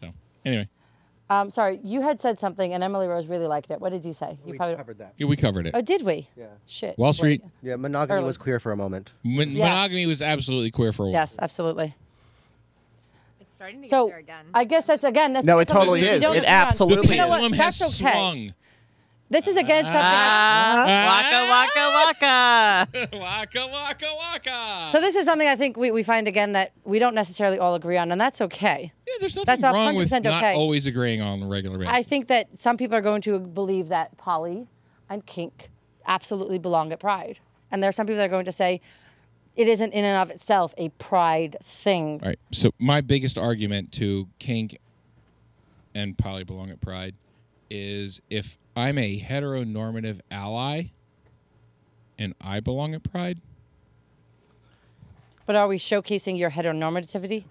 [SPEAKER 1] So anyway,
[SPEAKER 2] Um, sorry, you had said something, and Emily Rose really liked it. What did you say? You probably.
[SPEAKER 6] covered that.
[SPEAKER 1] yeah, we covered it.
[SPEAKER 2] Oh, did we?
[SPEAKER 6] Yeah.
[SPEAKER 2] Shit.
[SPEAKER 1] Wall
[SPEAKER 2] Wait.
[SPEAKER 1] Street.
[SPEAKER 6] Yeah, monogamy
[SPEAKER 2] Early.
[SPEAKER 6] was queer for a moment.
[SPEAKER 1] Mon-
[SPEAKER 2] Yeah.
[SPEAKER 1] Monogamy was absolutely queer for a while.
[SPEAKER 2] Yes, absolutely.
[SPEAKER 7] It's starting to get
[SPEAKER 2] So
[SPEAKER 7] there again.
[SPEAKER 2] I guess that's again. That's
[SPEAKER 8] No, it
[SPEAKER 2] something
[SPEAKER 8] totally
[SPEAKER 2] you
[SPEAKER 1] is.
[SPEAKER 2] don't
[SPEAKER 1] It
[SPEAKER 2] agree on.
[SPEAKER 1] The
[SPEAKER 8] absolutely
[SPEAKER 2] You know
[SPEAKER 8] is.
[SPEAKER 2] what?
[SPEAKER 1] pendulum has
[SPEAKER 2] That's okay.
[SPEAKER 1] swung.
[SPEAKER 2] This is again something.
[SPEAKER 4] Ah, waka waka waka.
[SPEAKER 1] waka waka waka.
[SPEAKER 2] So this is something I think we, we find again that we don't necessarily all agree on, and that's okay.
[SPEAKER 1] yeah, there's nothing
[SPEAKER 2] that's
[SPEAKER 1] wrong with
[SPEAKER 2] 100%
[SPEAKER 1] not
[SPEAKER 2] okay.
[SPEAKER 1] always agreeing on a regular basis.
[SPEAKER 2] I think that some people are going to believe that poly and kink absolutely belong at Pride, and there are some people that are going to say it isn't in and of itself a Pride thing.
[SPEAKER 1] All right. So my biggest argument to kink and poly belong at pride is if I'm a heteronormative ally and I belong at pride,
[SPEAKER 2] But are we showcasing your heteronormativity?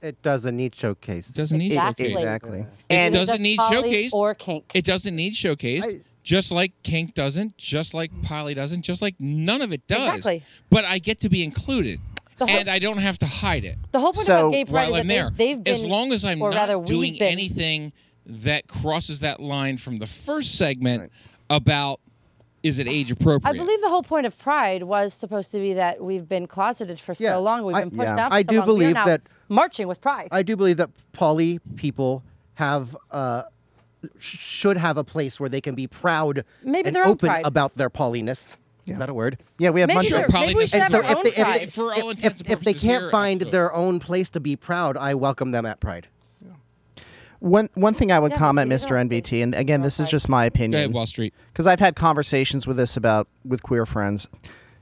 [SPEAKER 6] It doesn't need showcase.
[SPEAKER 1] it doesn't need
[SPEAKER 2] Exactly.
[SPEAKER 1] showcase.
[SPEAKER 8] Exactly.
[SPEAKER 1] It
[SPEAKER 8] And
[SPEAKER 1] doesn't
[SPEAKER 2] Just
[SPEAKER 1] need
[SPEAKER 2] poly
[SPEAKER 1] showcase.
[SPEAKER 2] or kink.
[SPEAKER 1] It doesn't need showcased.
[SPEAKER 6] I-
[SPEAKER 1] just like kink doesn't, just like poly doesn't, just like none of it does.
[SPEAKER 2] Exactly.
[SPEAKER 1] But I get to be included.
[SPEAKER 2] The whole-
[SPEAKER 1] and I don't have to hide it.
[SPEAKER 2] the whole point
[SPEAKER 8] So-
[SPEAKER 2] about gay pride
[SPEAKER 1] while
[SPEAKER 2] is
[SPEAKER 1] I'm
[SPEAKER 2] that they,
[SPEAKER 1] there.
[SPEAKER 2] they've been,
[SPEAKER 1] as long as I'm
[SPEAKER 2] or rather,
[SPEAKER 1] not
[SPEAKER 2] we've
[SPEAKER 1] doing
[SPEAKER 2] been-
[SPEAKER 1] anything that crosses that line from the first segment about is it age appropriate?
[SPEAKER 2] I believe the whole point of Pride was supposed to be that we've been closeted for so
[SPEAKER 6] Yeah,
[SPEAKER 2] long, we've
[SPEAKER 6] I-
[SPEAKER 2] been pushed
[SPEAKER 8] yeah.
[SPEAKER 2] out. For
[SPEAKER 6] I
[SPEAKER 2] so long,
[SPEAKER 6] do
[SPEAKER 2] we are
[SPEAKER 6] believe
[SPEAKER 2] now
[SPEAKER 6] that-
[SPEAKER 2] marching with Pride.
[SPEAKER 6] I do believe that poly people have uh, sh- should have a place where they can be proud
[SPEAKER 2] Maybe
[SPEAKER 6] and
[SPEAKER 2] their own
[SPEAKER 6] open
[SPEAKER 2] pride. about
[SPEAKER 6] about their polyness. Is that a word?
[SPEAKER 8] yeah, we have
[SPEAKER 2] Maybe
[SPEAKER 8] bunch
[SPEAKER 1] sure,
[SPEAKER 2] they're-
[SPEAKER 8] of
[SPEAKER 1] poly
[SPEAKER 2] maybe we should
[SPEAKER 1] doesn't
[SPEAKER 2] have our
[SPEAKER 1] matter.
[SPEAKER 2] own
[SPEAKER 6] they- if
[SPEAKER 2] pride.
[SPEAKER 6] they-
[SPEAKER 1] For all
[SPEAKER 6] if,
[SPEAKER 1] intents and
[SPEAKER 6] if they
[SPEAKER 1] purposes
[SPEAKER 6] can't
[SPEAKER 1] here,
[SPEAKER 6] find
[SPEAKER 1] absolutely.
[SPEAKER 6] their own place to be proud, I welcome them at Pride.
[SPEAKER 8] one one thing I would
[SPEAKER 2] Yeah,
[SPEAKER 8] comment,
[SPEAKER 2] maybe they
[SPEAKER 8] Mr.
[SPEAKER 2] don't think
[SPEAKER 8] NBT, and again,
[SPEAKER 2] they're
[SPEAKER 8] this is
[SPEAKER 2] outside.
[SPEAKER 8] just my
[SPEAKER 1] Go ahead,
[SPEAKER 8] opinion
[SPEAKER 1] Wall Street.
[SPEAKER 8] because I've had conversations with this about with queer friends.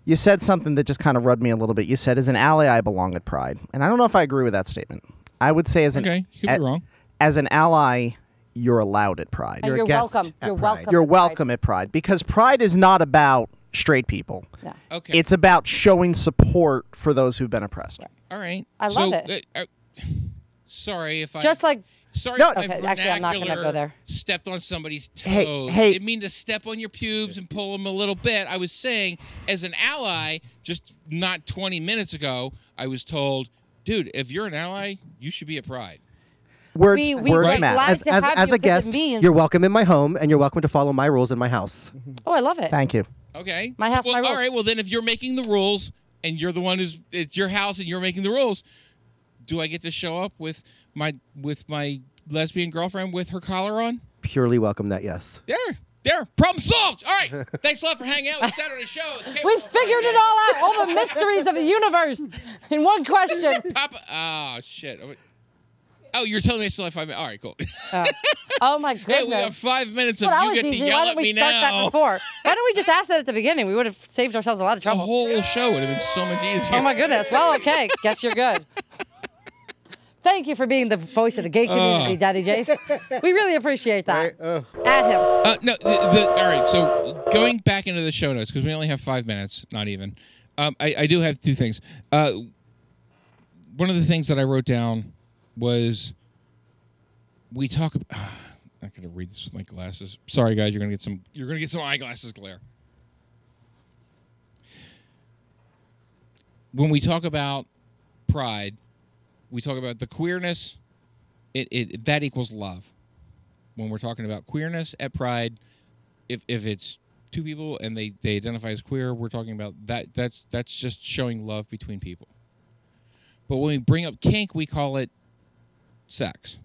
[SPEAKER 8] You said something that just kind of rubbed me a little bit. You said, "As an ally, I belong at Pride," and I don't know if I agree with that statement. I would say, as an
[SPEAKER 1] Okay, you could
[SPEAKER 8] a-
[SPEAKER 1] be wrong.
[SPEAKER 8] as an ally, you're allowed at Pride.
[SPEAKER 2] And
[SPEAKER 6] You're a
[SPEAKER 2] you're
[SPEAKER 6] guest
[SPEAKER 2] welcome.
[SPEAKER 6] at
[SPEAKER 2] You're
[SPEAKER 6] Pride.
[SPEAKER 2] welcome.
[SPEAKER 8] You're
[SPEAKER 2] at Pride.
[SPEAKER 8] welcome at Pride because Pride is not about straight people.
[SPEAKER 2] No.
[SPEAKER 1] Okay.
[SPEAKER 8] It's about showing support for those who've been oppressed.
[SPEAKER 1] all right.
[SPEAKER 2] I
[SPEAKER 1] so,
[SPEAKER 2] love it.
[SPEAKER 1] uh, uh, sorry if I
[SPEAKER 2] Just like
[SPEAKER 1] Sorry,
[SPEAKER 8] No,
[SPEAKER 1] if my
[SPEAKER 2] Okay, actually, I'm not gonna go
[SPEAKER 1] vernacular
[SPEAKER 2] there.
[SPEAKER 1] Stepped on somebody's toes.
[SPEAKER 8] Hey, hey.
[SPEAKER 1] Didn't mean to step on your pubes and pull them a little bit. I was saying, as an ally, just not 20 minutes ago, I was told, dude, if you're an ally, you should be at Pride.
[SPEAKER 8] Words,
[SPEAKER 2] we, we
[SPEAKER 8] words
[SPEAKER 2] were
[SPEAKER 8] matter.
[SPEAKER 2] glad
[SPEAKER 6] As,
[SPEAKER 2] to
[SPEAKER 6] as,
[SPEAKER 2] have
[SPEAKER 6] as
[SPEAKER 2] you 'cause
[SPEAKER 6] a
[SPEAKER 2] it
[SPEAKER 6] guest,
[SPEAKER 2] means-
[SPEAKER 6] you're welcome in my home, and you're welcome to follow my rules in my house.
[SPEAKER 2] Oh, I love it.
[SPEAKER 8] Mm-hmm. Thank you.
[SPEAKER 1] Okay.
[SPEAKER 2] My house,
[SPEAKER 1] Well,
[SPEAKER 2] my rules.
[SPEAKER 1] all right. Well, then if you're making the rules and you're the one who's it's your house and you're making the rules, do I get to show up with my with my lesbian girlfriend with her collar on?
[SPEAKER 6] Purely welcome that, yes.
[SPEAKER 1] There, there. Problem solved. All right. Thanks a lot for hanging out with Saturday show. at the
[SPEAKER 2] We
[SPEAKER 1] Cable
[SPEAKER 2] figured it all out, all the mysteries of the universe in one question.
[SPEAKER 1] Papa. Oh shit. Oh, wait. Oh, you're telling me I still have five minutes. All right, cool.
[SPEAKER 2] Oh, Oh my
[SPEAKER 1] Hey, we got
[SPEAKER 2] goodness.
[SPEAKER 1] five minutes of
[SPEAKER 2] Well, that
[SPEAKER 1] you
[SPEAKER 2] was
[SPEAKER 1] get to
[SPEAKER 2] easy.
[SPEAKER 1] yell
[SPEAKER 2] Why didn't
[SPEAKER 1] at me
[SPEAKER 2] we start that
[SPEAKER 1] now.
[SPEAKER 2] before? Why don't we just ask that at the beginning? We would have saved ourselves a lot of
[SPEAKER 1] The
[SPEAKER 2] trouble.
[SPEAKER 1] whole show would have been so much easier.
[SPEAKER 2] Oh my goodness. Well, okay. Guess you're good. Thank you for being the voice of the gay community,
[SPEAKER 1] Oh.
[SPEAKER 2] Daddy Jace. We really appreciate that.
[SPEAKER 6] Ugh.
[SPEAKER 2] At him.
[SPEAKER 1] Uh, no, the, the, all right. So going back into the show notes because we only have five minutes, not even. Um, I, I do have two things. Uh, one of the things that I wrote down was we talk. About, I'm not gonna read this with my glasses. Sorry, guys. You're gonna get some. You're gonna get some eyeglasses glare. When we talk about pride, we talk about the queerness. It, it that equals love when we're talking about queerness at Pride, if if it's two people and they they identify as queer, we're talking about that. That's that's just showing love between people. But when we bring up kink, we call it sex.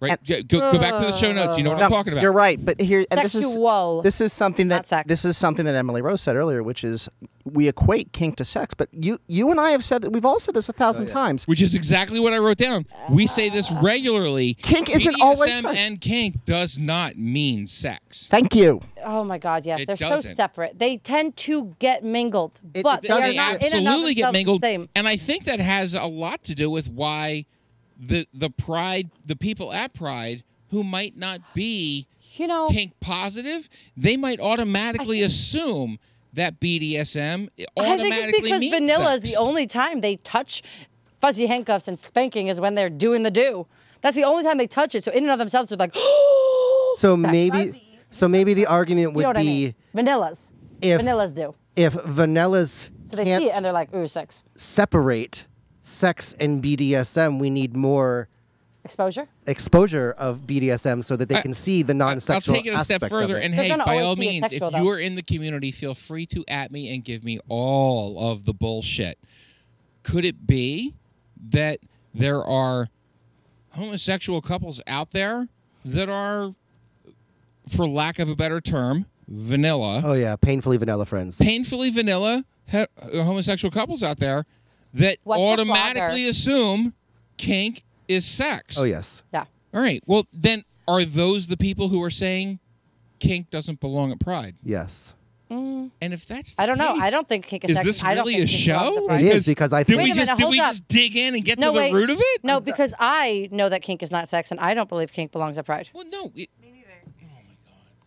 [SPEAKER 1] Right? Go, go, go back to the show notes. You know what I'm
[SPEAKER 8] No,
[SPEAKER 1] talking about.
[SPEAKER 8] You're right, but here and this is
[SPEAKER 2] Sexual.
[SPEAKER 8] this is something
[SPEAKER 2] Not
[SPEAKER 8] that
[SPEAKER 2] sex.
[SPEAKER 8] this is something that Emily Rose said earlier, which is we equate kink to sex, but you you and I have said that we've all said this a thousand
[SPEAKER 6] Oh,
[SPEAKER 8] times.
[SPEAKER 1] Which is exactly what I wrote down. We say this regularly.
[SPEAKER 8] Kink isn't
[SPEAKER 1] BDSM
[SPEAKER 8] always sex.
[SPEAKER 1] and kink does not mean sex.
[SPEAKER 8] Thank you.
[SPEAKER 2] Oh my God, yes.
[SPEAKER 1] It
[SPEAKER 2] They're so
[SPEAKER 1] doesn't.
[SPEAKER 2] separate. They tend to get mingled,
[SPEAKER 6] It-
[SPEAKER 2] but
[SPEAKER 6] it
[SPEAKER 2] they are
[SPEAKER 1] they
[SPEAKER 2] not in and of
[SPEAKER 1] absolutely get
[SPEAKER 2] themselves the
[SPEAKER 1] mingled.
[SPEAKER 2] same.
[SPEAKER 1] And I think that has a lot to do with why the the pride, the people at Pride who might not be
[SPEAKER 2] You know,
[SPEAKER 1] kink positive, they might automatically assume that BDSM
[SPEAKER 2] I
[SPEAKER 1] automatically
[SPEAKER 2] think it's because
[SPEAKER 1] means
[SPEAKER 2] vanilla
[SPEAKER 1] sex.
[SPEAKER 2] is the only time they touch fuzzy handcuffs and spanking is when they're doing the do. That's the only time they touch it. So in and of themselves, they're like, you
[SPEAKER 6] So maybe so maybe the argument would
[SPEAKER 2] know what I
[SPEAKER 6] be
[SPEAKER 2] mean? Vanillas.
[SPEAKER 6] if
[SPEAKER 2] Vanillas do.
[SPEAKER 6] if vanillas
[SPEAKER 2] So they
[SPEAKER 6] can't
[SPEAKER 2] see it and they're like, ooh, sex.
[SPEAKER 6] separate sex and BDSM, we need more
[SPEAKER 2] Exposure?
[SPEAKER 6] exposure of BDSM so that they
[SPEAKER 1] I-
[SPEAKER 6] can see the
[SPEAKER 1] I'll
[SPEAKER 6] non-sexual
[SPEAKER 1] take it a step
[SPEAKER 6] aspect of
[SPEAKER 1] further.
[SPEAKER 6] it.
[SPEAKER 1] And
[SPEAKER 2] They're
[SPEAKER 1] hey,
[SPEAKER 2] gonna
[SPEAKER 1] by
[SPEAKER 2] always
[SPEAKER 1] all
[SPEAKER 2] be
[SPEAKER 1] means, if
[SPEAKER 2] asexual, though.
[SPEAKER 1] you are in the community, feel free to at me and give me all of the bullshit. Could it be that there are homosexual couples out there that are, for lack of a better term, vanilla?
[SPEAKER 6] oh yeah, painfully vanilla friends.
[SPEAKER 1] painfully vanilla he- uh, homosexual couples out there that
[SPEAKER 2] What the
[SPEAKER 1] automatically
[SPEAKER 2] bother?
[SPEAKER 1] assume kink is sex.
[SPEAKER 6] Oh yes.
[SPEAKER 2] Yeah.
[SPEAKER 1] All right. Well, then are those the people who are saying kink doesn't belong at Pride?
[SPEAKER 6] Yes.
[SPEAKER 1] And if that's the
[SPEAKER 2] I don't know. I
[SPEAKER 1] case,
[SPEAKER 2] don't think kink is
[SPEAKER 1] is
[SPEAKER 2] sex.
[SPEAKER 1] this
[SPEAKER 2] I don't
[SPEAKER 1] really
[SPEAKER 2] think
[SPEAKER 1] a
[SPEAKER 2] kink belongs to
[SPEAKER 1] show?
[SPEAKER 2] Pride.
[SPEAKER 6] It is because I
[SPEAKER 1] Did
[SPEAKER 6] think
[SPEAKER 1] we
[SPEAKER 2] Wait a
[SPEAKER 1] just
[SPEAKER 2] minute,
[SPEAKER 1] did
[SPEAKER 2] hold
[SPEAKER 1] we
[SPEAKER 2] up.
[SPEAKER 1] just dig in and get
[SPEAKER 2] No,
[SPEAKER 1] to the
[SPEAKER 2] wait.
[SPEAKER 1] root of it?
[SPEAKER 2] No, because I know that kink is not sex, and I don't believe kink belongs at Pride.
[SPEAKER 1] Well, no. It,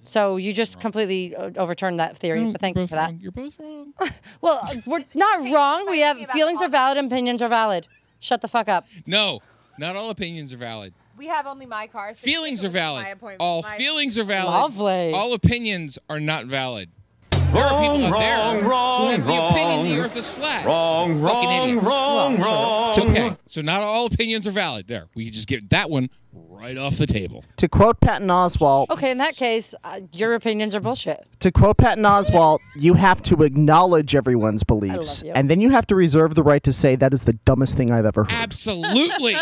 [SPEAKER 2] So you just completely uh, overturned that theory.
[SPEAKER 1] no,
[SPEAKER 2] but thank
[SPEAKER 1] you're
[SPEAKER 2] you
[SPEAKER 1] both
[SPEAKER 2] for that.
[SPEAKER 1] wrong. You're both wrong.
[SPEAKER 2] Well, uh, we're not wrong. We have feelings are valid, opinions are valid. Shut the fuck up.
[SPEAKER 1] no, not all opinions are valid.
[SPEAKER 7] We have only my car. so
[SPEAKER 1] Feelings are
[SPEAKER 7] take away my
[SPEAKER 1] valid.
[SPEAKER 7] appointment-
[SPEAKER 1] All
[SPEAKER 7] my-
[SPEAKER 1] feelings are valid.
[SPEAKER 2] Lovely.
[SPEAKER 1] All opinions are not valid. There are people out there who have the opinion the Earth is flat. Wrong, wrong, wrong, wrong. okay, so not all opinions are valid. There, we can just get that one right off the table.
[SPEAKER 8] To quote Patton Oswalt,
[SPEAKER 2] Okay, in that case, uh, your opinions are bullshit.
[SPEAKER 8] to quote Patton Oswalt, you have to acknowledge everyone's beliefs,
[SPEAKER 2] you.
[SPEAKER 8] and then you have to reserve the right to say that is the dumbest thing I've ever heard.
[SPEAKER 1] Absolutely.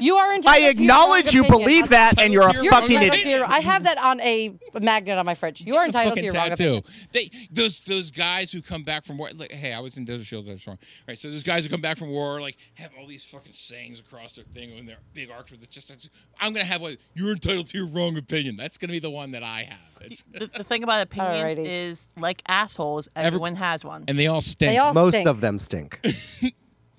[SPEAKER 2] You are
[SPEAKER 8] I
[SPEAKER 2] entitled to your own
[SPEAKER 8] acknowledge you
[SPEAKER 2] opinion.
[SPEAKER 8] believe that, and you're
[SPEAKER 1] You're
[SPEAKER 8] a
[SPEAKER 1] entitled
[SPEAKER 2] You're
[SPEAKER 8] fucking
[SPEAKER 1] to
[SPEAKER 8] idiot.
[SPEAKER 1] your
[SPEAKER 2] entitled to your- I have that on a magnet on my fridge. You are
[SPEAKER 1] A
[SPEAKER 2] entitled to
[SPEAKER 1] fucking
[SPEAKER 2] your wrong opinion.
[SPEAKER 1] tattoo. They those those guys who come back from war. Like, hey, I was in Desert Shield. That's wrong. All right, so those guys who come back from war like have all these fucking sayings across their thing and their big arcs with the just. I'm gonna have one. You're entitled to your wrong opinion. That's gonna be the one that I have. It's,
[SPEAKER 4] The, the thing about opinions
[SPEAKER 2] Alrighty.
[SPEAKER 4] is, like assholes, everyone has one.
[SPEAKER 1] and they all stink.
[SPEAKER 2] They all
[SPEAKER 6] Most
[SPEAKER 2] stink.
[SPEAKER 6] of them stink.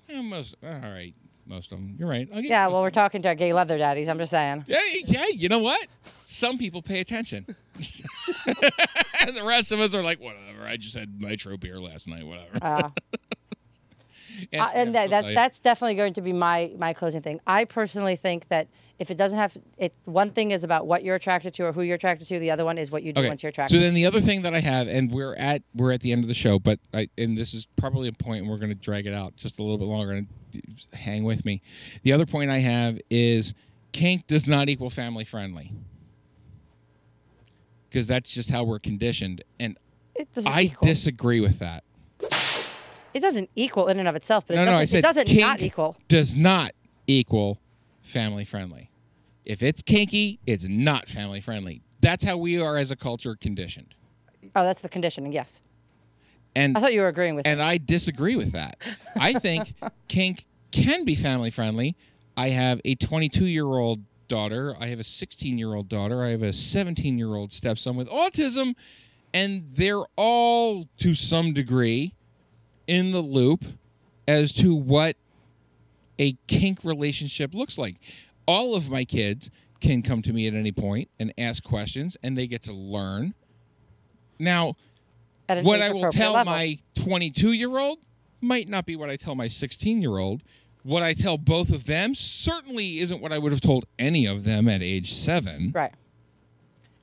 [SPEAKER 1] Yeah, most. All right, most of them. You're right. I'll give
[SPEAKER 2] Yeah,
[SPEAKER 1] you-
[SPEAKER 2] well, we're talking to our gay leather daddies. I'm just saying.
[SPEAKER 1] Yeah, yeah. You know what? Some people pay attention, and the rest of us are like, whatever. I just had nitro beer last night. Whatever.
[SPEAKER 2] Uh,
[SPEAKER 1] Yes,
[SPEAKER 2] I- and
[SPEAKER 1] yeah,
[SPEAKER 2] that, that
[SPEAKER 1] okay.
[SPEAKER 2] that's definitely going to be my my closing thing. I personally think that if it doesn't have it, one thing is about what you're attracted to or who you're attracted to. The other one is what you do once you're attracted.
[SPEAKER 1] So then the other thing that I have, and we're at we're at the end of the show, but I and this is probably a point, and we're going to drag it out just a little bit longer. And hang with me. The other point I have is kink does not equal family friendly. because that's just how we're conditioned. And
[SPEAKER 2] It doesn't.
[SPEAKER 1] I
[SPEAKER 2] equal.
[SPEAKER 1] disagree with that.
[SPEAKER 2] It doesn't equal in and of itself, but it
[SPEAKER 1] No, no,
[SPEAKER 2] doesn't,
[SPEAKER 1] I
[SPEAKER 2] it
[SPEAKER 1] said
[SPEAKER 2] doesn't
[SPEAKER 1] kink
[SPEAKER 2] not equal.
[SPEAKER 1] does not equal family friendly. If it's kinky, it's not family friendly. That's how we are as a culture conditioned.
[SPEAKER 2] Oh, that's the conditioning. Yes,
[SPEAKER 1] And
[SPEAKER 2] I thought you were agreeing with. me.
[SPEAKER 1] and I disagree with that. I think kink can be family friendly. I have a 22 year old daughter. I have a 16 year old daughter. I have a 17 year old stepson with autism, and they're all to some degree in the loop as to what a kink relationship looks like. All of my kids can come to me at any point and ask questions, and they get to learn. Now,
[SPEAKER 2] At an
[SPEAKER 1] what I will
[SPEAKER 2] age-appropriate
[SPEAKER 1] tell
[SPEAKER 2] level.
[SPEAKER 1] my 22 year old might not be what I tell my 16 year old. What I tell both of them certainly isn't what I would have told any of them at age seven
[SPEAKER 2] right.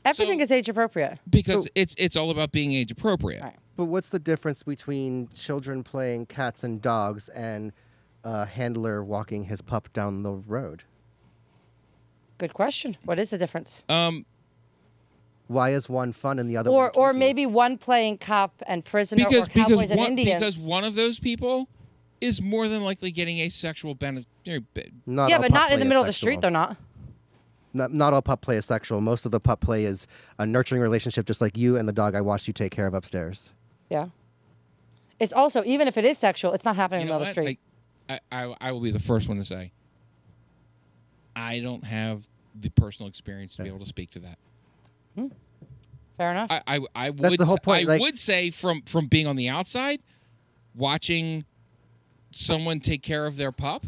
[SPEAKER 2] Everything
[SPEAKER 1] So-
[SPEAKER 2] is age appropriate.
[SPEAKER 1] because it's it's all about being age appropriate.
[SPEAKER 2] Right.
[SPEAKER 6] But what's the difference between children playing cats and dogs and a handler walking his pup down the road?
[SPEAKER 2] Good question. What is the difference?
[SPEAKER 1] Um,
[SPEAKER 6] Why is one fun and the other
[SPEAKER 2] Or
[SPEAKER 6] one
[SPEAKER 2] or
[SPEAKER 6] kinky?
[SPEAKER 2] maybe one playing cop and prisoner
[SPEAKER 1] because
[SPEAKER 2] or cowboys
[SPEAKER 1] because
[SPEAKER 2] and
[SPEAKER 1] one,
[SPEAKER 2] Indians.
[SPEAKER 1] because one of those people is more than likely getting a sexual benefit.
[SPEAKER 6] Not
[SPEAKER 2] yeah,
[SPEAKER 6] all
[SPEAKER 2] but
[SPEAKER 6] pup
[SPEAKER 2] not in
[SPEAKER 6] play
[SPEAKER 2] the
[SPEAKER 6] is
[SPEAKER 2] middle of the street.
[SPEAKER 6] sexual.
[SPEAKER 2] They're not.
[SPEAKER 6] Not, not all pup play is sexual. Most of the pup play is a nurturing relationship, just like you and the dog I watched you take care of upstairs.
[SPEAKER 2] Yeah. It's also even if it is sexual, it's not happening in the middle of the
[SPEAKER 1] I,
[SPEAKER 2] street.
[SPEAKER 1] I, I I will be the first one to say I don't have the personal experience to be able to speak to that.
[SPEAKER 2] Fair enough.
[SPEAKER 1] I, I, I
[SPEAKER 6] That's
[SPEAKER 1] would
[SPEAKER 6] the whole
[SPEAKER 1] s-
[SPEAKER 6] point,
[SPEAKER 1] I
[SPEAKER 6] like-
[SPEAKER 1] would say from from being on the outside, watching someone take care of their pup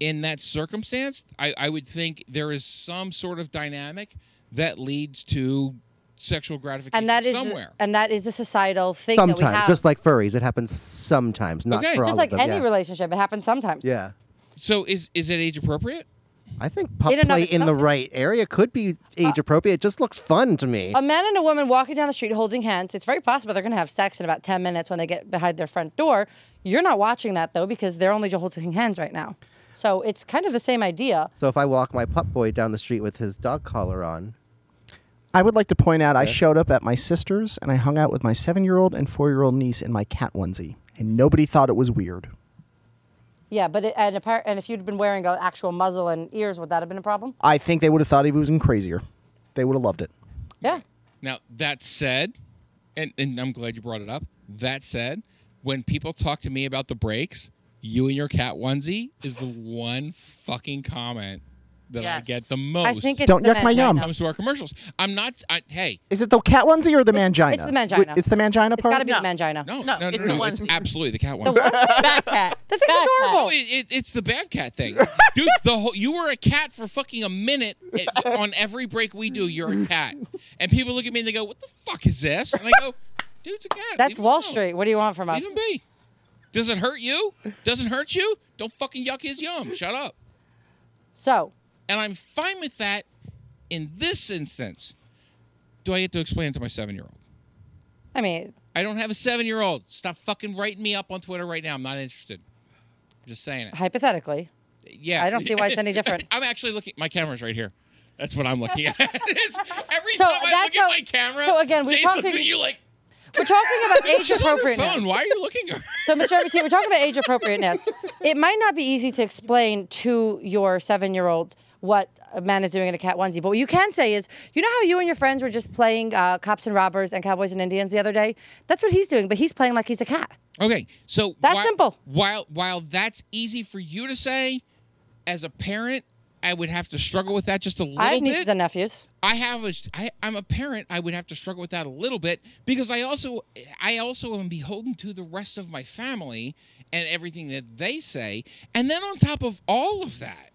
[SPEAKER 1] in that circumstance, I, I would think there is some sort of dynamic that leads to sexual gratification
[SPEAKER 2] and that is the-
[SPEAKER 1] somewhere.
[SPEAKER 2] and that is the societal thing that we
[SPEAKER 6] Sometimes,
[SPEAKER 2] have.
[SPEAKER 6] just like furries, it happens sometimes, not
[SPEAKER 1] Okay.
[SPEAKER 6] for
[SPEAKER 1] Just
[SPEAKER 6] all
[SPEAKER 2] Just like
[SPEAKER 6] of them.
[SPEAKER 2] any
[SPEAKER 6] yeah.
[SPEAKER 2] relationship, it happens sometimes.
[SPEAKER 6] yeah,
[SPEAKER 1] so is is it age appropriate?
[SPEAKER 6] I think pup
[SPEAKER 2] In and of
[SPEAKER 6] play in the
[SPEAKER 2] itself-
[SPEAKER 6] right area could be
[SPEAKER 2] Uh,
[SPEAKER 6] age appropriate. It just looks fun to me.
[SPEAKER 2] A man and a woman walking down the street holding hands, it's very possible they're going to have sex in about 10 minutes when they get behind their front door. You're not watching that though because they're only holding hands right now. So it's kind of the same idea.
[SPEAKER 6] so if I walk my pup boy down the street with his dog collar on,
[SPEAKER 8] I would like to point out I showed up at my sister's and I hung out with my seven year old and four year old niece in my cat onesie, and nobody thought it was weird.
[SPEAKER 2] Yeah, but it, and, appar- and if you'd been wearing an actual muzzle and ears, would that have been a problem?
[SPEAKER 8] I think they would have thought he was even crazier. They would have loved it.
[SPEAKER 2] Yeah.
[SPEAKER 1] Now that said, and, and I'm glad you brought it up. That said, when people talk to me about the breaks, you and your cat onesie is the one fucking comment that I
[SPEAKER 4] Yes.
[SPEAKER 1] get the most.
[SPEAKER 2] I think it's
[SPEAKER 8] Don't
[SPEAKER 2] the
[SPEAKER 8] yuck my
[SPEAKER 1] when
[SPEAKER 8] yum.
[SPEAKER 1] it comes to our commercials. I'm not. I, hey,
[SPEAKER 8] Is it the cat onesie or the mangina?
[SPEAKER 2] it's the mangina.
[SPEAKER 8] It's the mangina
[SPEAKER 2] It's
[SPEAKER 8] part?
[SPEAKER 2] got to be
[SPEAKER 4] No.
[SPEAKER 2] the mangina.
[SPEAKER 1] no, no,
[SPEAKER 4] No,
[SPEAKER 1] no,
[SPEAKER 4] it's
[SPEAKER 1] no,
[SPEAKER 4] the
[SPEAKER 1] it's
[SPEAKER 4] onesie.
[SPEAKER 1] absolutely the cat one.
[SPEAKER 2] The one
[SPEAKER 4] Bad cat.
[SPEAKER 2] that thing's
[SPEAKER 1] Oh,
[SPEAKER 2] adorable.
[SPEAKER 1] it, it, it's the bad cat thing, dude. The whole you were a cat for fucking a minute It- on every break we do. You're a cat, and people look at me and they go, "What the fuck is this?" And I go, "Dude's a cat."
[SPEAKER 2] That's
[SPEAKER 1] Leave him
[SPEAKER 2] Wall
[SPEAKER 1] alone.
[SPEAKER 2] Street. What do you want from us?
[SPEAKER 1] Leave him be. Does it hurt you? Doesn't hurt you? Don't fucking yuck his yum. Shut up.
[SPEAKER 2] So,
[SPEAKER 1] And I'm fine with that. In this instance, do I get to explain it to my seven year old?
[SPEAKER 2] I mean,
[SPEAKER 1] I don't have a seven year old. Stop fucking writing me up on Twitter right now. I'm not interested. I'm just saying it.
[SPEAKER 2] hypothetically,
[SPEAKER 1] Yeah.
[SPEAKER 2] I don't see why it's any different.
[SPEAKER 1] I'm actually looking. My camera's right here. That's what I'm looking at. It's- every
[SPEAKER 2] So
[SPEAKER 1] time I
[SPEAKER 2] that's
[SPEAKER 1] look at
[SPEAKER 2] how-
[SPEAKER 1] my camera,
[SPEAKER 2] so again, we're
[SPEAKER 1] Jace looks
[SPEAKER 2] talking-
[SPEAKER 1] at you like,
[SPEAKER 2] we're talking about age
[SPEAKER 1] she's on her
[SPEAKER 2] appropriateness.
[SPEAKER 1] phone. Why are you looking at her?
[SPEAKER 2] So, Mr. Everton, we're talking about age appropriateness. It might not be easy to explain to your seven year old what a man is doing in a cat onesie, but what you can say is, you know how you and your friends were just playing uh, cops and robbers and cowboys and Indians the other day? That's what he's doing, but he's playing like he's a cat.
[SPEAKER 1] Okay, so
[SPEAKER 2] That's
[SPEAKER 1] whi-
[SPEAKER 2] simple.
[SPEAKER 1] While while that's easy for you to say, as a parent, I would have to struggle with that just a little
[SPEAKER 2] I have nieces
[SPEAKER 1] bit.
[SPEAKER 2] and nephews.
[SPEAKER 1] I have a, I, I'm a parent. I would have to struggle with that a little bit because I also I also am beholden to the rest of my family and everything that they say. And then on top of all of that,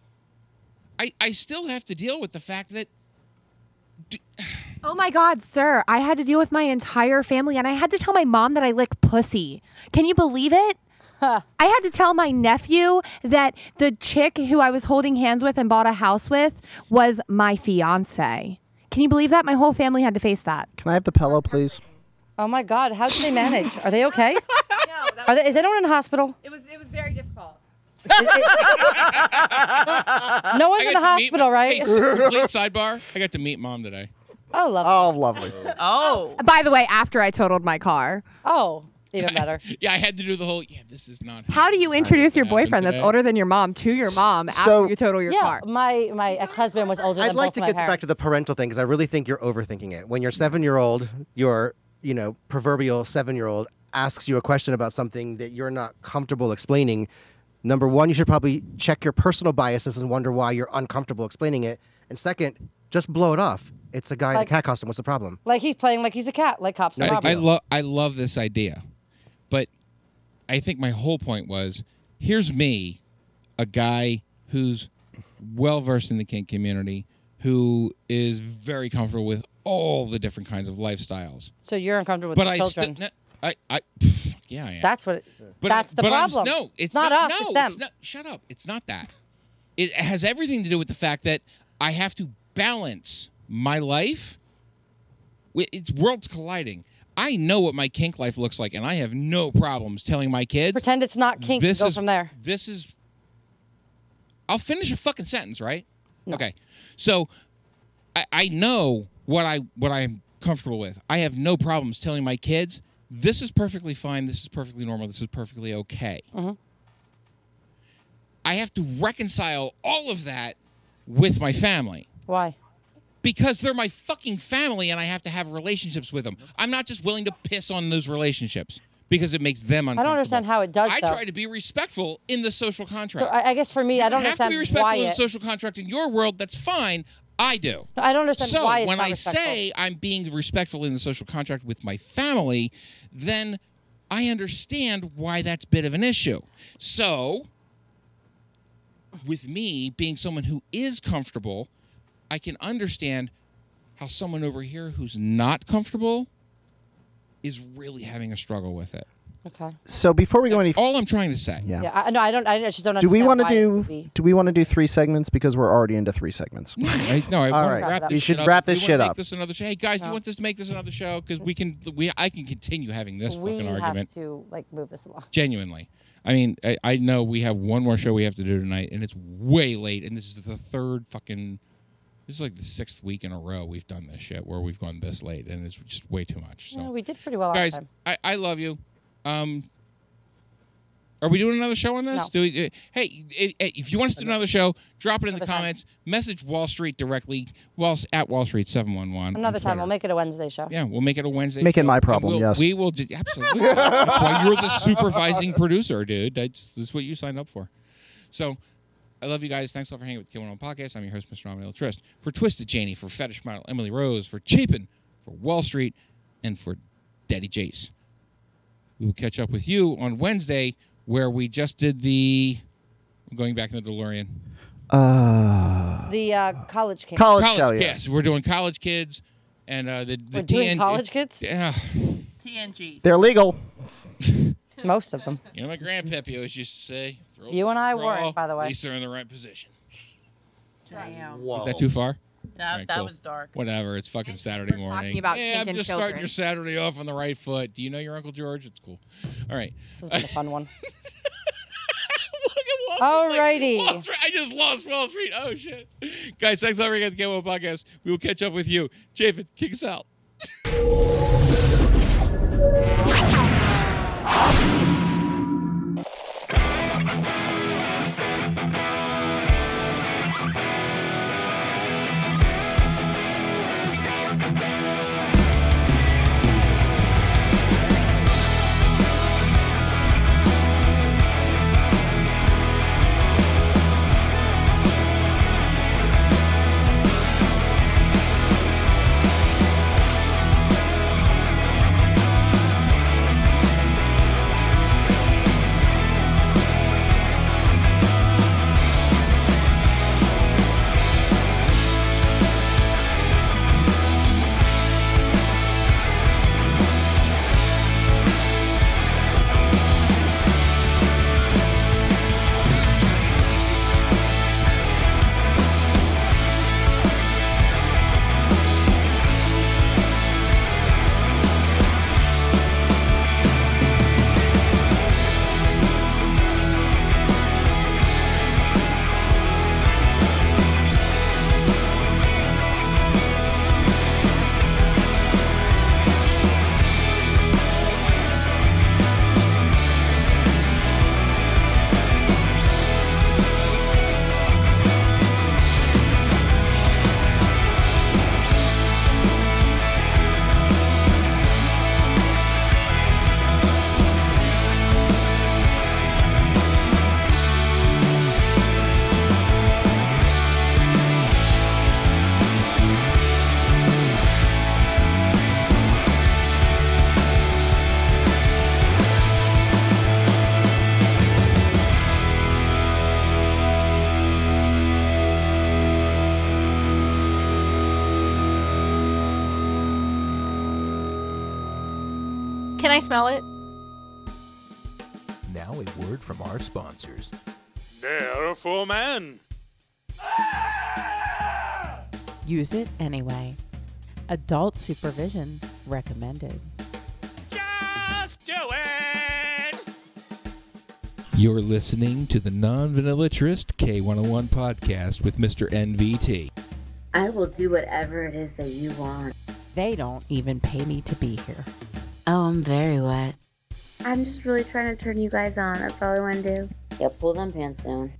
[SPEAKER 1] I I still have to deal with the fact that
[SPEAKER 7] Oh my God, sir. I had to deal with my entire family and I had to tell my mom that I lick pussy. Can you believe it? I had to tell my nephew that the chick who I was holding hands with and bought a house with was my fiance. Can you believe that? My whole family had to face that.
[SPEAKER 8] Can I have the pillow, please?
[SPEAKER 2] Oh my God, how do they manage? Are they okay? Are they, is anyone in the hospital?
[SPEAKER 7] it was it was very difficult.
[SPEAKER 2] Is- is- no one's
[SPEAKER 1] I got Uh, to
[SPEAKER 2] in the
[SPEAKER 1] meet-
[SPEAKER 2] hospital, right?
[SPEAKER 1] Hey, s- complete sidebar. I got to meet mom today.
[SPEAKER 2] Oh, love.
[SPEAKER 8] Oh, lovely.
[SPEAKER 4] Oh.
[SPEAKER 7] By the way, after I totaled my car,
[SPEAKER 2] Oh, even better.
[SPEAKER 1] yeah, I had to do the whole. Yeah, this is not.
[SPEAKER 7] how do you introduce your
[SPEAKER 1] Happened
[SPEAKER 7] boyfriend that's
[SPEAKER 1] today.
[SPEAKER 7] older than your mom to your mom
[SPEAKER 8] so-
[SPEAKER 7] after you total your
[SPEAKER 2] yeah,
[SPEAKER 7] car?
[SPEAKER 2] my my ex-husband was older
[SPEAKER 6] I'd
[SPEAKER 2] than
[SPEAKER 6] like
[SPEAKER 2] both
[SPEAKER 6] to
[SPEAKER 2] my
[SPEAKER 6] get
[SPEAKER 2] parents.
[SPEAKER 6] back to the parental thing because I really think you're overthinking it. When your seven year old, your you know proverbial seven year old, asks you a question about something that you're not comfortable explaining, number one, you should probably check your personal biases and wonder why you're uncomfortable explaining it. And second, just blow it off. It's a guy in
[SPEAKER 2] Like-
[SPEAKER 6] a cat costume. What's the problem?
[SPEAKER 2] like he's playing like he's a cat, like cops and
[SPEAKER 1] I, I
[SPEAKER 2] robbers.
[SPEAKER 1] love I love this idea, but I think my whole point was here's me, a guy who's well versed in the kink community, who is very comfortable with all the different kinds of lifestyles.
[SPEAKER 2] so you're uncomfortable with
[SPEAKER 1] but
[SPEAKER 2] the
[SPEAKER 1] I
[SPEAKER 2] children.
[SPEAKER 1] still, no, I, I, pff, yeah, I am.
[SPEAKER 2] that's what. It,
[SPEAKER 1] but
[SPEAKER 2] that's
[SPEAKER 1] I-
[SPEAKER 2] the
[SPEAKER 1] but I'm-
[SPEAKER 2] problem.
[SPEAKER 1] no, it's
[SPEAKER 2] not,
[SPEAKER 1] not
[SPEAKER 2] us.
[SPEAKER 1] No,
[SPEAKER 2] it's them.
[SPEAKER 1] not. Shut up. It's not that. It has everything to do with the fact that I have to balance my life. wi- It's worlds colliding. I know what my kink life looks like, and I have no problems telling my kids.
[SPEAKER 2] Pretend it's not kink.
[SPEAKER 1] This
[SPEAKER 2] go
[SPEAKER 1] is
[SPEAKER 2] from there.
[SPEAKER 1] This is. I'll finish a fucking sentence, right? Okay. So, I, I know what I what I'm comfortable with. I have no problems telling my kids this is perfectly fine. This is perfectly normal. This is perfectly okay.
[SPEAKER 2] Mm-hmm.
[SPEAKER 1] I have to reconcile all of that with my family
[SPEAKER 2] Why?
[SPEAKER 1] because they're my fucking family and I have to have relationships with them. I'm not just willing to piss on those relationships because it makes them
[SPEAKER 2] I
[SPEAKER 1] uncomfortable.
[SPEAKER 2] don't understand how it does.
[SPEAKER 1] I
[SPEAKER 2] though.
[SPEAKER 1] try to be respectful in the social contract.
[SPEAKER 2] So I, I guess for me, I don't
[SPEAKER 1] you have to
[SPEAKER 2] understand
[SPEAKER 1] be
[SPEAKER 2] why
[SPEAKER 1] respectful in the
[SPEAKER 2] it.
[SPEAKER 1] social contract in your world. That's fine. I do.
[SPEAKER 2] No, I don't understand
[SPEAKER 1] So
[SPEAKER 2] why it's
[SPEAKER 1] when
[SPEAKER 2] not
[SPEAKER 1] I
[SPEAKER 2] respectful.
[SPEAKER 1] say I'm being respectful in the social contract with my family, then I understand why that's a bit of an issue. So with me being someone who is comfortable, I can understand how someone over here who's not comfortable is really having a struggle with it.
[SPEAKER 2] okay,
[SPEAKER 8] So before we go any
[SPEAKER 1] All I'm trying to say.
[SPEAKER 8] Yeah.
[SPEAKER 2] yeah, I, no, I don't. I just don't.
[SPEAKER 8] do we
[SPEAKER 2] want to
[SPEAKER 8] do do we want to do three segments because we're already into three segments?
[SPEAKER 1] No, I, no, I want
[SPEAKER 8] right.
[SPEAKER 1] to wrap
[SPEAKER 8] You
[SPEAKER 1] this
[SPEAKER 8] should
[SPEAKER 1] shit up.
[SPEAKER 8] wrap
[SPEAKER 1] If we
[SPEAKER 8] this
[SPEAKER 1] wanna
[SPEAKER 8] shit
[SPEAKER 1] make
[SPEAKER 8] up.
[SPEAKER 1] This another show. Hey guys, do you want this to make this another show? Because we can, we I can continue having this
[SPEAKER 2] We
[SPEAKER 1] fucking
[SPEAKER 2] have
[SPEAKER 1] argument.
[SPEAKER 2] to like move this along.
[SPEAKER 1] Genuinely, I mean, I, I know we have one more show we have to do tonight, and it's way late. And this is the third fucking, this is like the sixth week in a row we've done this shit where we've gone this late, and it's just way too much. So
[SPEAKER 2] Yeah, we did pretty well.
[SPEAKER 1] guys,
[SPEAKER 2] last time.
[SPEAKER 1] I, I love you. Um, are we doing another show on this?
[SPEAKER 2] No.
[SPEAKER 1] Do we, uh, hey, i- i- if you want us to do another show, drop it in the
[SPEAKER 2] Another time.
[SPEAKER 1] comments. Message Wall Street directly. Wall at Wall Street seven one one.
[SPEAKER 2] another time we'll make it a Wednesday show.
[SPEAKER 1] Yeah, we'll make it a Wednesday.
[SPEAKER 8] Make it
[SPEAKER 1] show,
[SPEAKER 8] my
[SPEAKER 1] and
[SPEAKER 8] problem,
[SPEAKER 1] we'll-
[SPEAKER 8] yes.
[SPEAKER 1] we will. Do, absolutely. That's why you're the supervising producer, dude. That's, that's what you signed up for. So, I love you guys. Thanks a lot for hanging with the Kill One On Podcast. I'm your host, Mr. Nominal Trist. For Twisted Janie, for Fetish Model Emily Rose, for Chapin, for Wall Street, and for Daddy Jace. We will catch up with you on Wednesday, where we just did the. I'm going back into the DeLorean.
[SPEAKER 8] Uh,
[SPEAKER 2] The uh, college camp.
[SPEAKER 8] college,
[SPEAKER 1] College,
[SPEAKER 8] show, yeah.
[SPEAKER 1] yes, we're doing college kids, and uh, the the
[SPEAKER 2] We're
[SPEAKER 1] TN
[SPEAKER 2] doing college kids.
[SPEAKER 1] Yeah.
[SPEAKER 4] TNG.
[SPEAKER 8] They're legal.
[SPEAKER 2] Most of them.
[SPEAKER 1] You know, my grandpappy always used to say, throw
[SPEAKER 2] You and I
[SPEAKER 1] throw
[SPEAKER 2] weren't,
[SPEAKER 1] all,
[SPEAKER 2] by the way.
[SPEAKER 1] At least they're in the right position.
[SPEAKER 4] Damn.
[SPEAKER 1] Is that too far?
[SPEAKER 4] That,
[SPEAKER 1] Alright,
[SPEAKER 4] that
[SPEAKER 1] cool.
[SPEAKER 4] was dark.
[SPEAKER 1] Whatever. It's fucking Saturday
[SPEAKER 7] we're talking
[SPEAKER 1] morning.
[SPEAKER 7] about
[SPEAKER 1] yeah, I'm
[SPEAKER 7] taking
[SPEAKER 1] just starting
[SPEAKER 7] children.
[SPEAKER 1] your Saturday off on the right foot. Do you know your Uncle George? It's cool. All right.
[SPEAKER 2] This has been a fun one.
[SPEAKER 1] Look at Wall Street.
[SPEAKER 2] Alrighty.
[SPEAKER 1] Wall Street. I just lost Wall Street. Oh, shit. Guys, thanks for having us at the Game One Podcast. We will catch up with you. Chapin, kick us out.
[SPEAKER 9] Can I smell it?
[SPEAKER 10] Now, a word from our sponsors.
[SPEAKER 11] They're for men.
[SPEAKER 12] Use it anyway. Adult supervision recommended.
[SPEAKER 11] Just do it.
[SPEAKER 1] You're listening to the non vanillaturist K101 podcast with Mr. NVT.
[SPEAKER 13] I will do whatever it is that you want.
[SPEAKER 12] They don't even pay me to be here.
[SPEAKER 13] Oh, I'm very wet.
[SPEAKER 14] I'm just really trying to turn you guys on. That's all I want to do.
[SPEAKER 13] Yeah, pull them pants down.